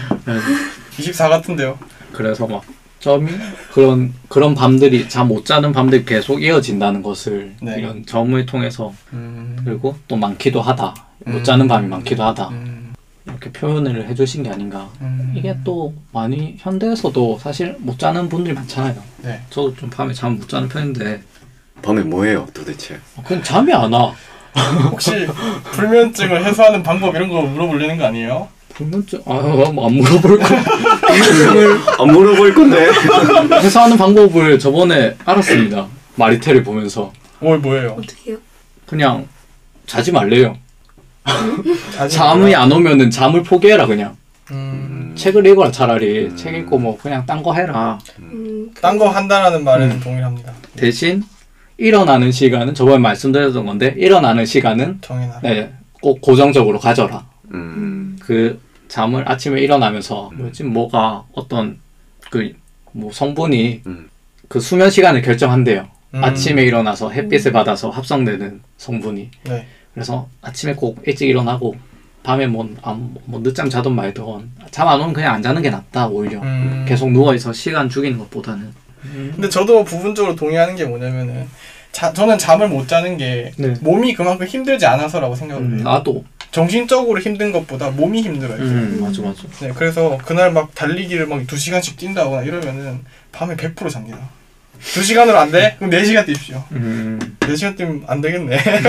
24 같은데요.
그래서 막 점이 그런 그런 밤들이 잠 못 자는 밤들이 계속 이어진다는 것을
네.
이런 점을 통해서
음.
그리고 또 많기도 하다
음.
못 자는 밤이 많기도 하다
음.
이렇게 표현을 해주신 게 아닌가
음.
아. 이게 또 많이 현대에서도 사실 못 자는 분들이 많잖아요
네.
저도 좀 밤에 잠 못 자는 편인데
밤에 뭐해요 도대체?
어, 그냥 잠이 안 와.
혹시 불면증을 해소하는 방법 이런 거 물어보려는 거 아니에요?
궁금증 아안 물어볼 거 궁금증을
안 물어볼 건데.
해소하는 방법을 저번에 알았습니다. 마리텔을 보면서
뭘 뭐예요?
어떻게 해요?
그냥 자지 말래요.
자지
잠이
말라.
안 오면은 잠을 포기해라 그냥
음,
책을 읽어라 차라리
음.
책 읽고 뭐 그냥 딴 거 해라
음,
그
딴거 한다라는 말에는
음.
동일합니다.
대신 일어나는 시간은 저번에 말씀드렸던 건데 일어나는 시간은
정해놔.
네, 꼭 고정적으로 가져라.
음.
그 잠을 아침에 일어나면서 뭐지 뭐가 어떤 그 뭐 성분이
음.
그 수면 시간을 결정한대요.
음.
아침에 일어나서 햇빛을 받아서 합성되는 성분이.
네.
그래서 아침에 꼭 일찍 일어나고 밤에 뭐, 안- 뭐 늦잠 자든 말든 잠 안 오면 그냥 안 자는 게 낫다 오히려.
음.
계속 누워 있어 시간 죽이는 것보다는.
근데 저도 부분적으로 동의하는 게 뭐냐면은 자, 저는 잠을 못 자는 게
네.
몸이 그만큼 힘들지 않아서라고 생각을 해요.
음, 나도.
정신적으로 힘든 것보다 몸이 힘들어요.
음, 맞아 맞아.
네, 그래서 그날 막 달리기를 막 두 시간씩 뛴다거나 이러면은 밤에 100% 잡니다. 두 시간으로 안 돼? 그럼 네 시간 뛰십시오.
음.
네 시간 뛰면 안 되겠네.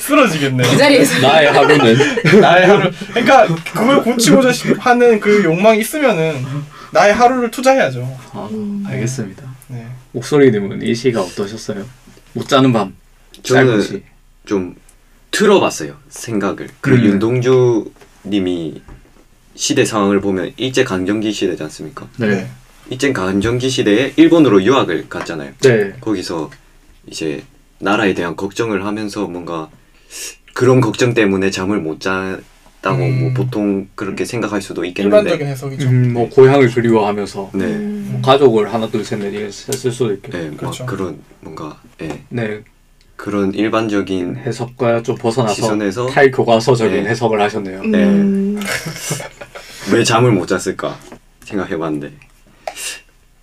쓰러지겠네.
그 자리에서
나의 하루는
나의 하루. 그러니까 그걸 고치고자 싶- 하는 그 욕망이 있으면은 나의 하루를 투자해야죠.
아,
음.
알겠습니다.
네.
목소리님은 이 시가 어떠셨어요? 못 자는 밤.
저는
짧은 시.
좀 틀어봤어요 생각을 그
음.
윤동주 님이 시대 상황을 보면 일제 강점기 시대지 않습니까?
네.
일제 강점기 시대에 일본으로 유학을 갔잖아요.
네.
거기서 이제 나라에 대한 걱정을 하면서 뭔가 그런 걱정 때문에 잠을 못 잤다고
음.
뭐 보통 그렇게 생각할 수도
일반적인
있겠는데
해석이죠.
음, 뭐 고향을 그리워하면서
네,
음,
가족을 하나 둘셋넷 이렇게 쓸 수도 있겠고.
네,
그렇죠.
막 그런 뭔가 예,
네.
그런 일반적인
해석과 좀 벗어나서
시선에서
탈교과서적인
네.
해석을 하셨네요.
네.
음,
왜 잠을 못 잤을까 생각해봤는데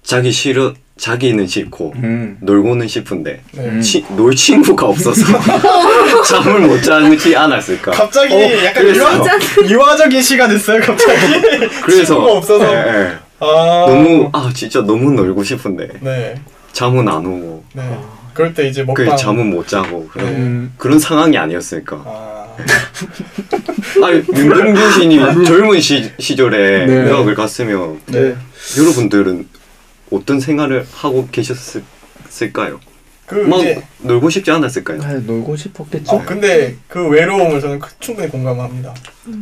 자기 싫어 자기는 싫고
음.
놀고는 싶은데
네.
음.
치, 놀 친구가 없어서 잠을 못 자지 않았을까
갑자기 약간
어, 그래서-
이런 이화적인 시가 됐어요. 갑자기 친구가 없어서
예, 예.
아,
너무 아 진짜 너무 놀고 싶은데
네,
잠은 안 오고
네. 그럴 때 이제 먹방. 네.
그 잠은 못 자고 그런
음.
그런 상황이 아니었을까
아,
아니 윤동주 씨님 젊은 시, 시절에
네.
유학을 갔으면
네.
여러분들은 어떤 생활을 하고 계셨을까요?
그
막
이제
놀고 싶지 않았을까요?
네, 놀고 싶었겠죠?
어, 근데 그 외로움을 저는 그- 충분히 공감합니다.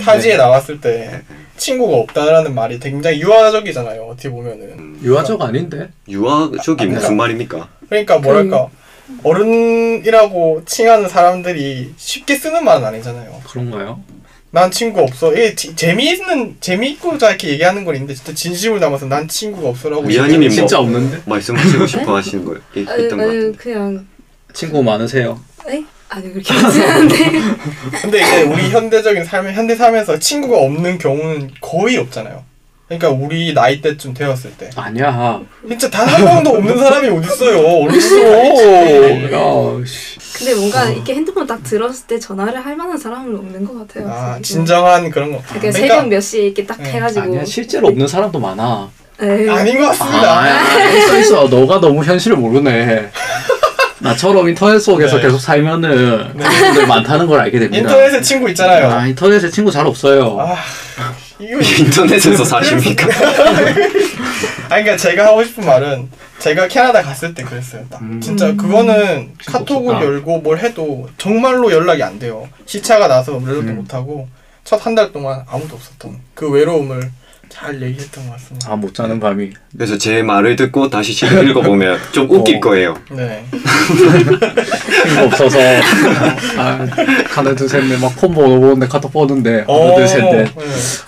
타지에
네.
나왔을 때 친구가 없다라는 말이 굉장히 유화적이잖아요. 어떻게 보면은.
음.
유아적 아닌데?
유학 저기
아,
무슨 말입니까?
그러니까 뭐랄까 어른이라고 칭하는 사람들이 쉽게 쓰는 말은 아니잖아요.
그런가요?
뭐.
난 친구 없어. 이게 지- 재미있는 재미있고자 이렇게 얘기하는 건 있는데 진짜 진심을 담아서 난 친구가 없어라고.
미아님이 뭐-
진짜 없는데?
말씀하시고 싶어 하시는 거 있-
아,
있던
어,
것
아니,
같은데
그냥
친구 많으세요?
에? 아니 그렇게 하지 않는데
근데 이제 우리 현대적인 삶 현대 삶에서 친구가 없는 경우는 거의 없잖아요. 그러니까 우리 나이 때쯤 되었을 때
아니야.
진짜 단 한 명도 없는 사람이 어딨어요. 어딨어.
오, 야, 씨.
근데 뭔가 이렇게 핸드폰 딱 들었을 때 전화를 할 만한 사람은 없는 것 같아요
아
지금.
진정한 그런 거.
그러니까 새벽 몇 시에 이렇게 딱
네.
해가지고 네.
아니야. 실제로 없는 사람도 많아.
에이.
아닌 것 같습니다.
아, 있어 있어. 너가 너무 현실을 모르네. 나처럼 인터넷 속에서
네.
계속 살면은
네.
그런 분들 많다는 걸 알게 됩니다.
인터넷에 친구 있잖아요.
아, 인터넷에 친구 잘 없어요.
아, 이거
인터넷에서 사십니까?
아니 그러니까 제가 하고 싶은 말은 제가 캐나다 갔을 때 그랬어요. 딱.
음.
진짜 그거는
진짜
카톡을
아.
없었다.
열고 뭘 해도 정말로 연락이 안 돼요. 시차가 나서 연락도
음.
못 하고 첫 한 달 동안 아무도 없었던 그 외로움을 잘 얘기했던 것 같습니다.
아, 못 자는 밤이.
그래서 제 말을 듣고 다시 시를 읽어보면 좀 웃길
어.
거예요
네.
아,
친구 없어서. 아, 하나, 둘, 셋, 넷. 막 콤보 오는데 카톡 보는데. 하나, 둘, 셋, 넷.
어. 네.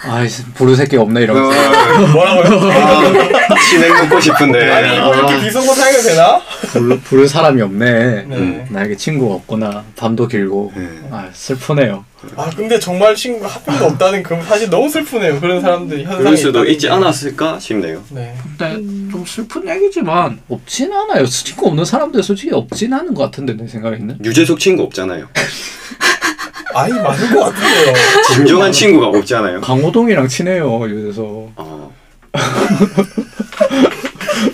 아이, 부를 새끼 없네. 이러면서.
어. 뭐라고요?
진행 먹고 싶은데
아니 이거 이렇게
아,
비속어 사용해도 되나?
부를, 부를 사람이 없네.
네.
음.
나에게 친구가 없구나. 밤도 길고.
네.
아, 슬프네요.
아 근데 정말 친구가 한 명도 없다는 그 사실 너무 슬프네요. 그런 사람들이 현상이
그럴 수도
있다는
있지
게.
않았을까 싶네요
네.
근데
음.
좀 슬픈 얘기지만 없진 않아요. 친구 없는 사람들 솔직히 없진 않은 것 같은데 내 생각에는.
유재석 친구 없잖아요
아니 맞는 것 같은데요.
진정한 친구가 없잖아요
강호동이랑 친해요 요새서.
어,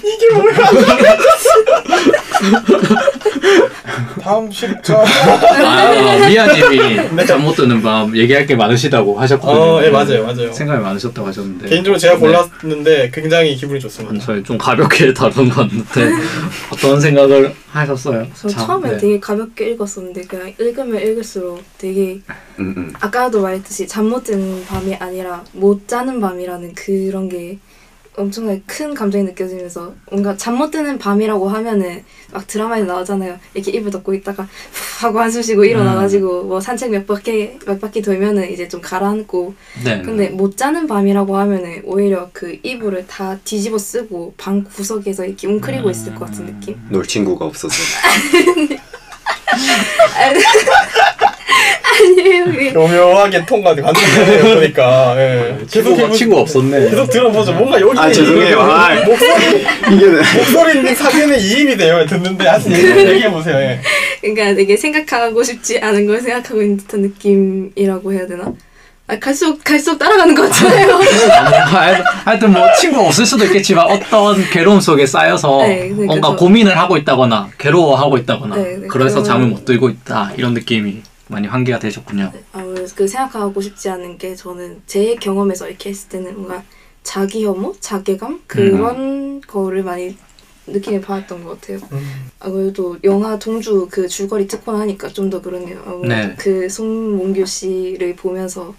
이게 뭐야? 다음 실입처.
아, 미아님이 잠못 드는 밤 얘기할 게 많으시다고 하셨거든요.
어, 예, 맞아요, 맞아요.
생각이 많으셨다고
네.
하셨는데.
개인적으로 제가 골랐는데 굉장히 기분이
네.
좋습니다.
저희 좀 가볍게 다룬 것 같은데 어떤 생각을 하셨어요?
저
자,
처음에
네.
되게 가볍게 읽었었는데 그냥 읽으면 읽을수록 되게
음, 음.
아까도 말했듯이 잠 못 드는 밤이 아니라 못 자는 밤이라는 그런 게 엄청나게 큰 감정이 느껴지면서 뭔가 잠 못 드는 밤이라고 하면은 막 드라마에 나오잖아요. 이렇게 입을 덮고 있다가 후 하고 한숨 쉬고 일어나가지고 뭐 산책 몇 바퀴 몇 바퀴 돌면은 이제 좀 가라앉고
네.
근데 못 자는 밤이라고 하면은 오히려 그 이불을 다 뒤집어 쓰고 방 구석에서 이렇게 웅크리고 있을 것 같은 느낌?
놀 친구가 없어서
아니에요.
교묘하게 통과돼 갔는데 보니까 예.
친구가
기분-
친구 없었네.
계속 들어보죠. 뭔가 여기
아, 죄송해요. 아.
목소리
이게 네.
목소리는 사진에 이입이 돼요. 듣는데 하여튼 얘기해 보세요. 예.
그러니까 되게 생각하고 싶지 않은 걸 생각하고 있는 듯한 느낌이라고 해야 되나? 아, 갈수록 갈수록 따라가는 것 같잖아요.
하여- 하여튼 뭐 친구가 없을 수도 있겠지만 어떤 괴로움 속에 쌓여서
네, 그러니까
뭔가
저-
고민을 하고 있다거나 괴로워하고 있다거나
네, 네,
그래서
그런-
잠을 못 들고 있다 이런 느낌이 많이 환기가 되셨군요.
아무래도 그 생각하고 싶지 않은 게 저는 제 경험에서 이렇게 했을 때는 뭔가 자기 혐오, 자괴감 그런 거를 많이 느끼게 받았던 것 같아요. 아무래도 영화 동주 그 줄거리 특권 하니까 좀 더 그러네요. 아무래도
네.
그 송몽규 씨를 보면서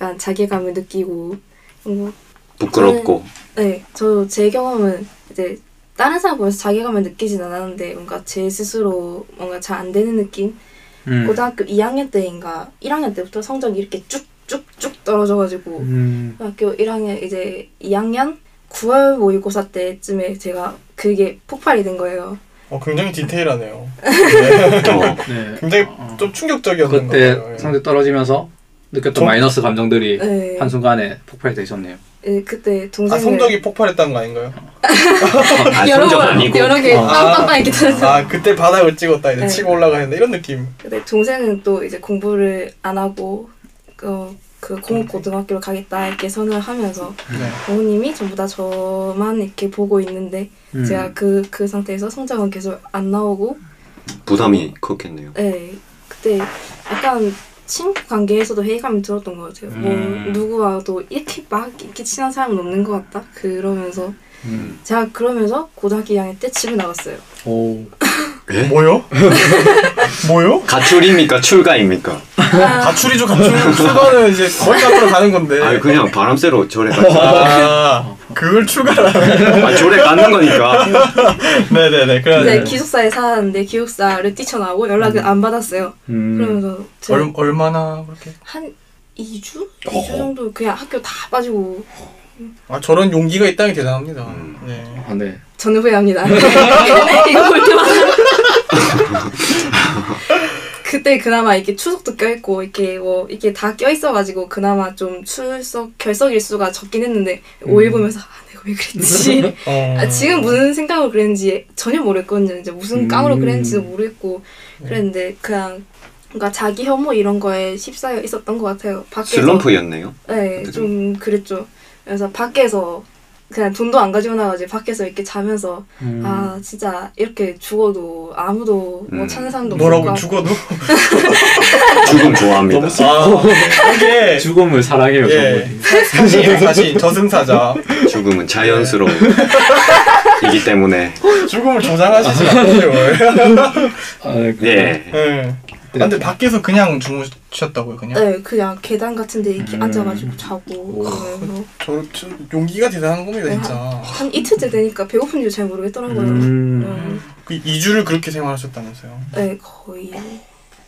약간 자괴감을 느끼고 뭐,
부끄럽고
네, 저 제 경험은 이제 다른 사람 보면서 자괴감을 느끼진 않았는데 뭔가 제 스스로 뭔가 잘 안 되는 느낌
음.
고등학교 2학년 때인가 1학년 때부터 성적이 이렇게 쭉쭉쭉 떨어져가지고
음.
고등학교 1학년 이제 2학년 9월 모의고사 때쯤에 제가 그게 폭발이 된 거예요.
어, 굉장히 디테일하네요.
어,
네.
굉장히
어,
좀 충격적이었던
그때
것 같아요. 예.
성적 떨어지면서 느꼈던
저-
마이너스 감정들이
네.
한 순간에 폭발되셨네요.
예, 그때
아
동생을
성적이 폭발했다는 거 아닌가요?
아,
여러
성적
번,
아니고 어,
여러 개
아.
빵빵빵 이렇게 터져.
아 그때 바닥을 찍었다 이제
네.
치고 올라가는데 이런 느낌.
근데 동생은 또 이제 공부를 안 하고 어, 그 공고등학교를 가겠다 이렇게 선언을 하면서
네.
부모님이 전부 다 저만 이렇게 보고 있는데
음.
제가 그 그 상태에서 성적은 계속 안 나오고
부담이 컸겠네요.
네, 그때 약간 친구 관계에서도 회의감이 들었던 것 같아요.
음.
뭐 누구와도 이렇게 막 이렇게 친한 사람은 없는 것 같다. 그러면서
음.
제가 그러면서 고등학교 2학년 때 집을 나갔어요.
오.
예?
뭐요? 뭐요?
가출입니까 출가입니까?
가출이죠 가출. 수건은 이제 거의 가으로 가는 건데.
아 그- 그냥 바람 쐬러 절에 갔어.
아 그걸 추가하네.
아 절에 가는 거니까.
네네네. 그래.
근데 기숙사에 살았는데 기숙사를 뛰쳐나오고 연락을 안 받았어요.
음.
그러면서
얼,
제가
얼마나 그렇게?
한 2주? 2주 정도 그냥 학교 다 빠지고
아 저런 용기가 있다는 게 대단합니다. 네.
아, 네.
저는 후회합니다. 옛날 이거 볼 때마다. 그때 그나마 이렇게 추석도 껴있고 이렇게 뭐 이게 다 껴있어가지고 그나마 좀 출석 결석 일수가 적긴 했는데
음.
오일 보면서 아 내가 왜 그랬지
어...
아, 지금 무슨 생각으로 그랬는지 전혀 모르겠거든요 이제 무슨 깡으로
음.
그랬는지도 모르겠고 그랬는데 그냥 뭔가 자기 혐오 이런 거에 휩싸여 있었던 것 같아요 밖에서
슬럼프였네요.
네,
어떻게
좀 그랬죠. 그래서 밖에서 그냥 돈도 안 가지고 나가지 밖에서 이렇게 자면서
음.
아 진짜 이렇게 죽어도 아무도 뭐
음.
찾는 사람도
뭐라고
없을
죽어도
죽음 좋아합니다.
너무 슬퍼.
이게
네, 죽음을 사랑해요,
예.
정말.
사실 사실 저승사자
죽음은 자연스러운 이기 때문에
죽음을 조장하시지 않으세요.
아, 네.
예.
예. 아, 근데 밖에서 그냥 주무셨다고요,
거야.
그냥?
네, 그냥 계단 같은데 이렇게
음.
앉아가지고 자고 그러면서
저, 저 용기가 대단한 겁니다,
네,
진짜.
한 이틀째 되니까 배고픈지 잘 모르겠더라고요.
음.
음,
그 2주를 그렇게 생활하셨다면서요.
네, 거의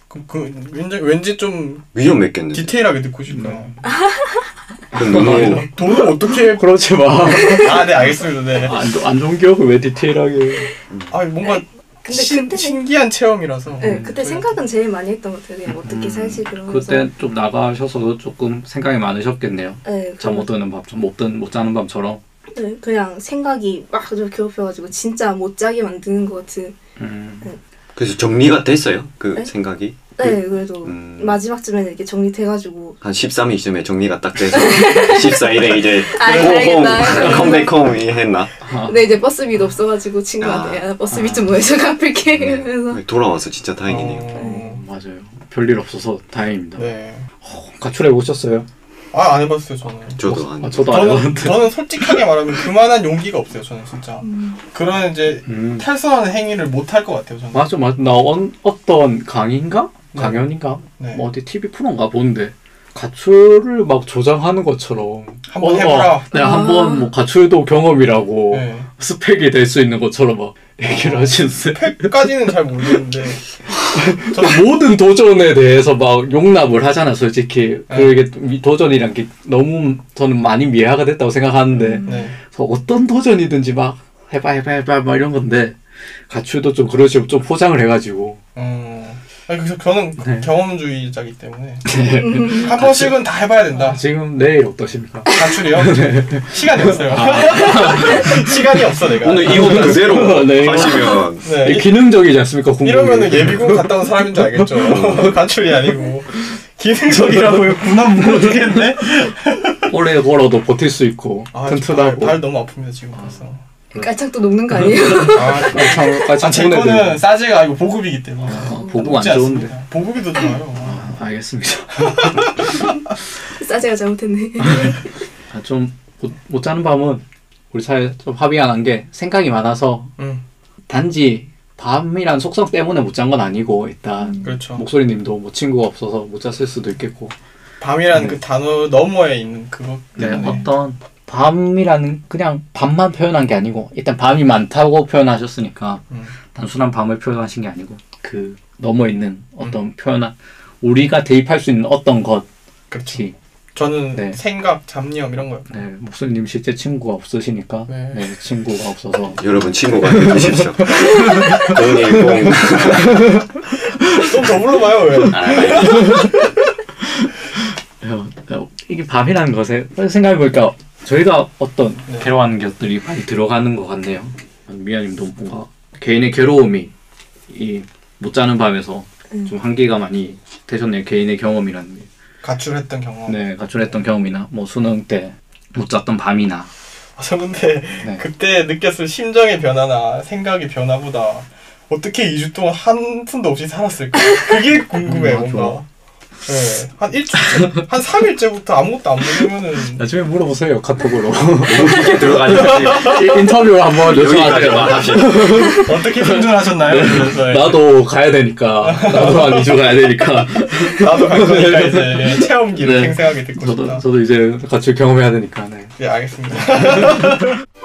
그럼 그 왠지, 왠지 좀
위험했겠는데.
디테일하게 듣고 싶어요.
그럼 너무
돈을 어떻게
음. 그러지 마.
아, 네, 알겠습니다. 네.
안, 좋- 안 좋은 기억을 왜 디테일하게.
아, 뭔가
근데
신,
그때-
신기한 체험이라서.
네, 그때
저희한테.
생각은 제일 많이 했던 것 같아요. 그냥 어떻게 살지 그러면서
음. 그때 좀 나가셔서도 조금 생각이 많으셨겠네요.
네,
잠 못
그러면서
드는 밤, 잠못 든, 못 자는 밤처럼.
네, 그냥 생각이 막 아주 괴롭혀가지고 진짜 못 자게 만드는 것 같은
음.
그래서 정리가 됐어요. 그
네?
생각이
네, 그래도
음.
마지막쯤에는 이렇게 정리돼가지고
한 13일쯤에 정리가 딱 돼서 14일에 이제
아,
홈홈
알겠다.
네, 컴백홈 했나
근데 이제 버스비도 없어가지고 친구한테
아. 네.
야, 버스비 좀 모여서 갚을게 이러면서
돌아와서 진짜 다행이네요.
어,
맞아요. 별일 없어서 다행입니다.
네.
가출해 보셨어요?
아, 안 해봤어요, 저는.
저도 안
아, 저도 안
저는,
해봤는데.
저는 솔직하게 말하면 그만한 용기가 없어요, 저는 진짜.
음.
그런 이제
음.
탈선하는 행위를 못 할 것 같아요, 저는.
맞아 맞아. 나 언, 어떤 강인가?
네.
강연인가?
네.
뭐 어디 TV 프로인가 보는데 가출을 막 조장하는 것처럼
한번
어,
해보라.
어, 네, 한번 뭐 가출도 경험이라고
네. 아,
스펙이 될 수 있는 것처럼 막 얘기를 하시는데
팩까지는 잘 모르겠는데.
모든 도전에 대해서 막 용납을 하잖아 솔직히
네.
그게 또 미- 도전이란 게 너무 저는 많이 미화가 됐다고 생각하는데
네.
그래서 어떤 도전이든지 막 해봐 해봐 해봐 막 이런 건데 가출도 좀 그런 식으로 좀 포장을 해가지고
음. 아니, 그래서 저는
네.
경험주의자기 때문에. 한 번씩은 다 해봐야 된다.
아, 지금 내일 어떠십니까?
가출이요?
네.
시간이 없어요.
아.
시간이 없어, 내가.
오늘 이거 그대로
네, 이거.
하시면
네.
이게 기능적이지 않습니까 공부
이러면은 예비군 갔다 온 사람인 줄 알겠죠. 가출이 아니고. 기능적이라고요? 군함 모르겠네?
오래 걸어도 버틸 수 있고
아, 발,
튼튼하고
발 너무 아픕니다, 지금 벌써.
네.
깔창도 녹는 거 아니에요?
아,
아, 참, 아,
아,
참
제
손해되네.
거는 싸지가 아니고 보급이기 때문에.
아, 보급 안
높지
좋은데
않습니다. 보급이 더 좋아요. 아.
아, 알겠습니다
네.
싸제가 잘못했네.
아, 좀못 못 자는 밤은 우리 사회 좀 합의가 난 게 생각이 많아서
음,
단지 밤이란 속성 때문에 못 잔 건 아니고 일단
그렇죠.
목소리님도 뭐 친구가 없어서 못 잤을 수도 있겠고
밤이라는
네.
그 단어 너머에 있는 그거
네,
때문에.
어떤 밤이라는 그냥 밤만 표현한 게 아니고 일단 밤이 많다고 표현하셨으니까
음.
단순한 밤을 표현하신 게 아니고 그 넘어
음.
있는 어떤 표현한 우리가 대입할 수 있는 어떤
그렇죠.
것이
저는
네.
생각, 잡념 이런 거요.
네, 목소리님 실제 친구가 없으시니까
네.
네, 친구가 없어서
여러분 친구가 되십시오. 공일공
좀더 불러봐요, 왜?
아,
어, 어, 이게 밥이라는 것에 생각해보니까 저희가 어떤
네.
괴로워하는 것들이 많이 들어가는 것 같네요. 미아님도 뭔가 개인의 괴로움이 이 못 자는 밤에서 좀 한계가 많이 되셨네요. 개인의 경험이라는 게.
가출했던 경험.
네, 가출했던 경험이나 뭐 수능 때 못 잤던 밤이나
아, 저 근데
네.
그때 느꼈을 심정의 변화나 생각의 변화보다 어떻게 2주 동안 한 푼도 없이 살았을까? 그게 궁금해,
음, 맞아.
뭔가. 네. 한 일주일, 한 3일째부터 아무것도 안 먹으면은
나중에 물어보세요 카톡으로
이렇게 들어가니까
이- 인터뷰 한번
여기까지만
요청하세요.
합시다.
어떻게 생존하셨나요?
네.
그래서
나도 가야 되니까 나도 한 2주 가야 되니까
나도 갈 거니까 이제 체험기를
네.
생생하게 듣고
저도
싶다.
저도 이제 같이 경험해야 되니까 네.
네, 알겠습니다.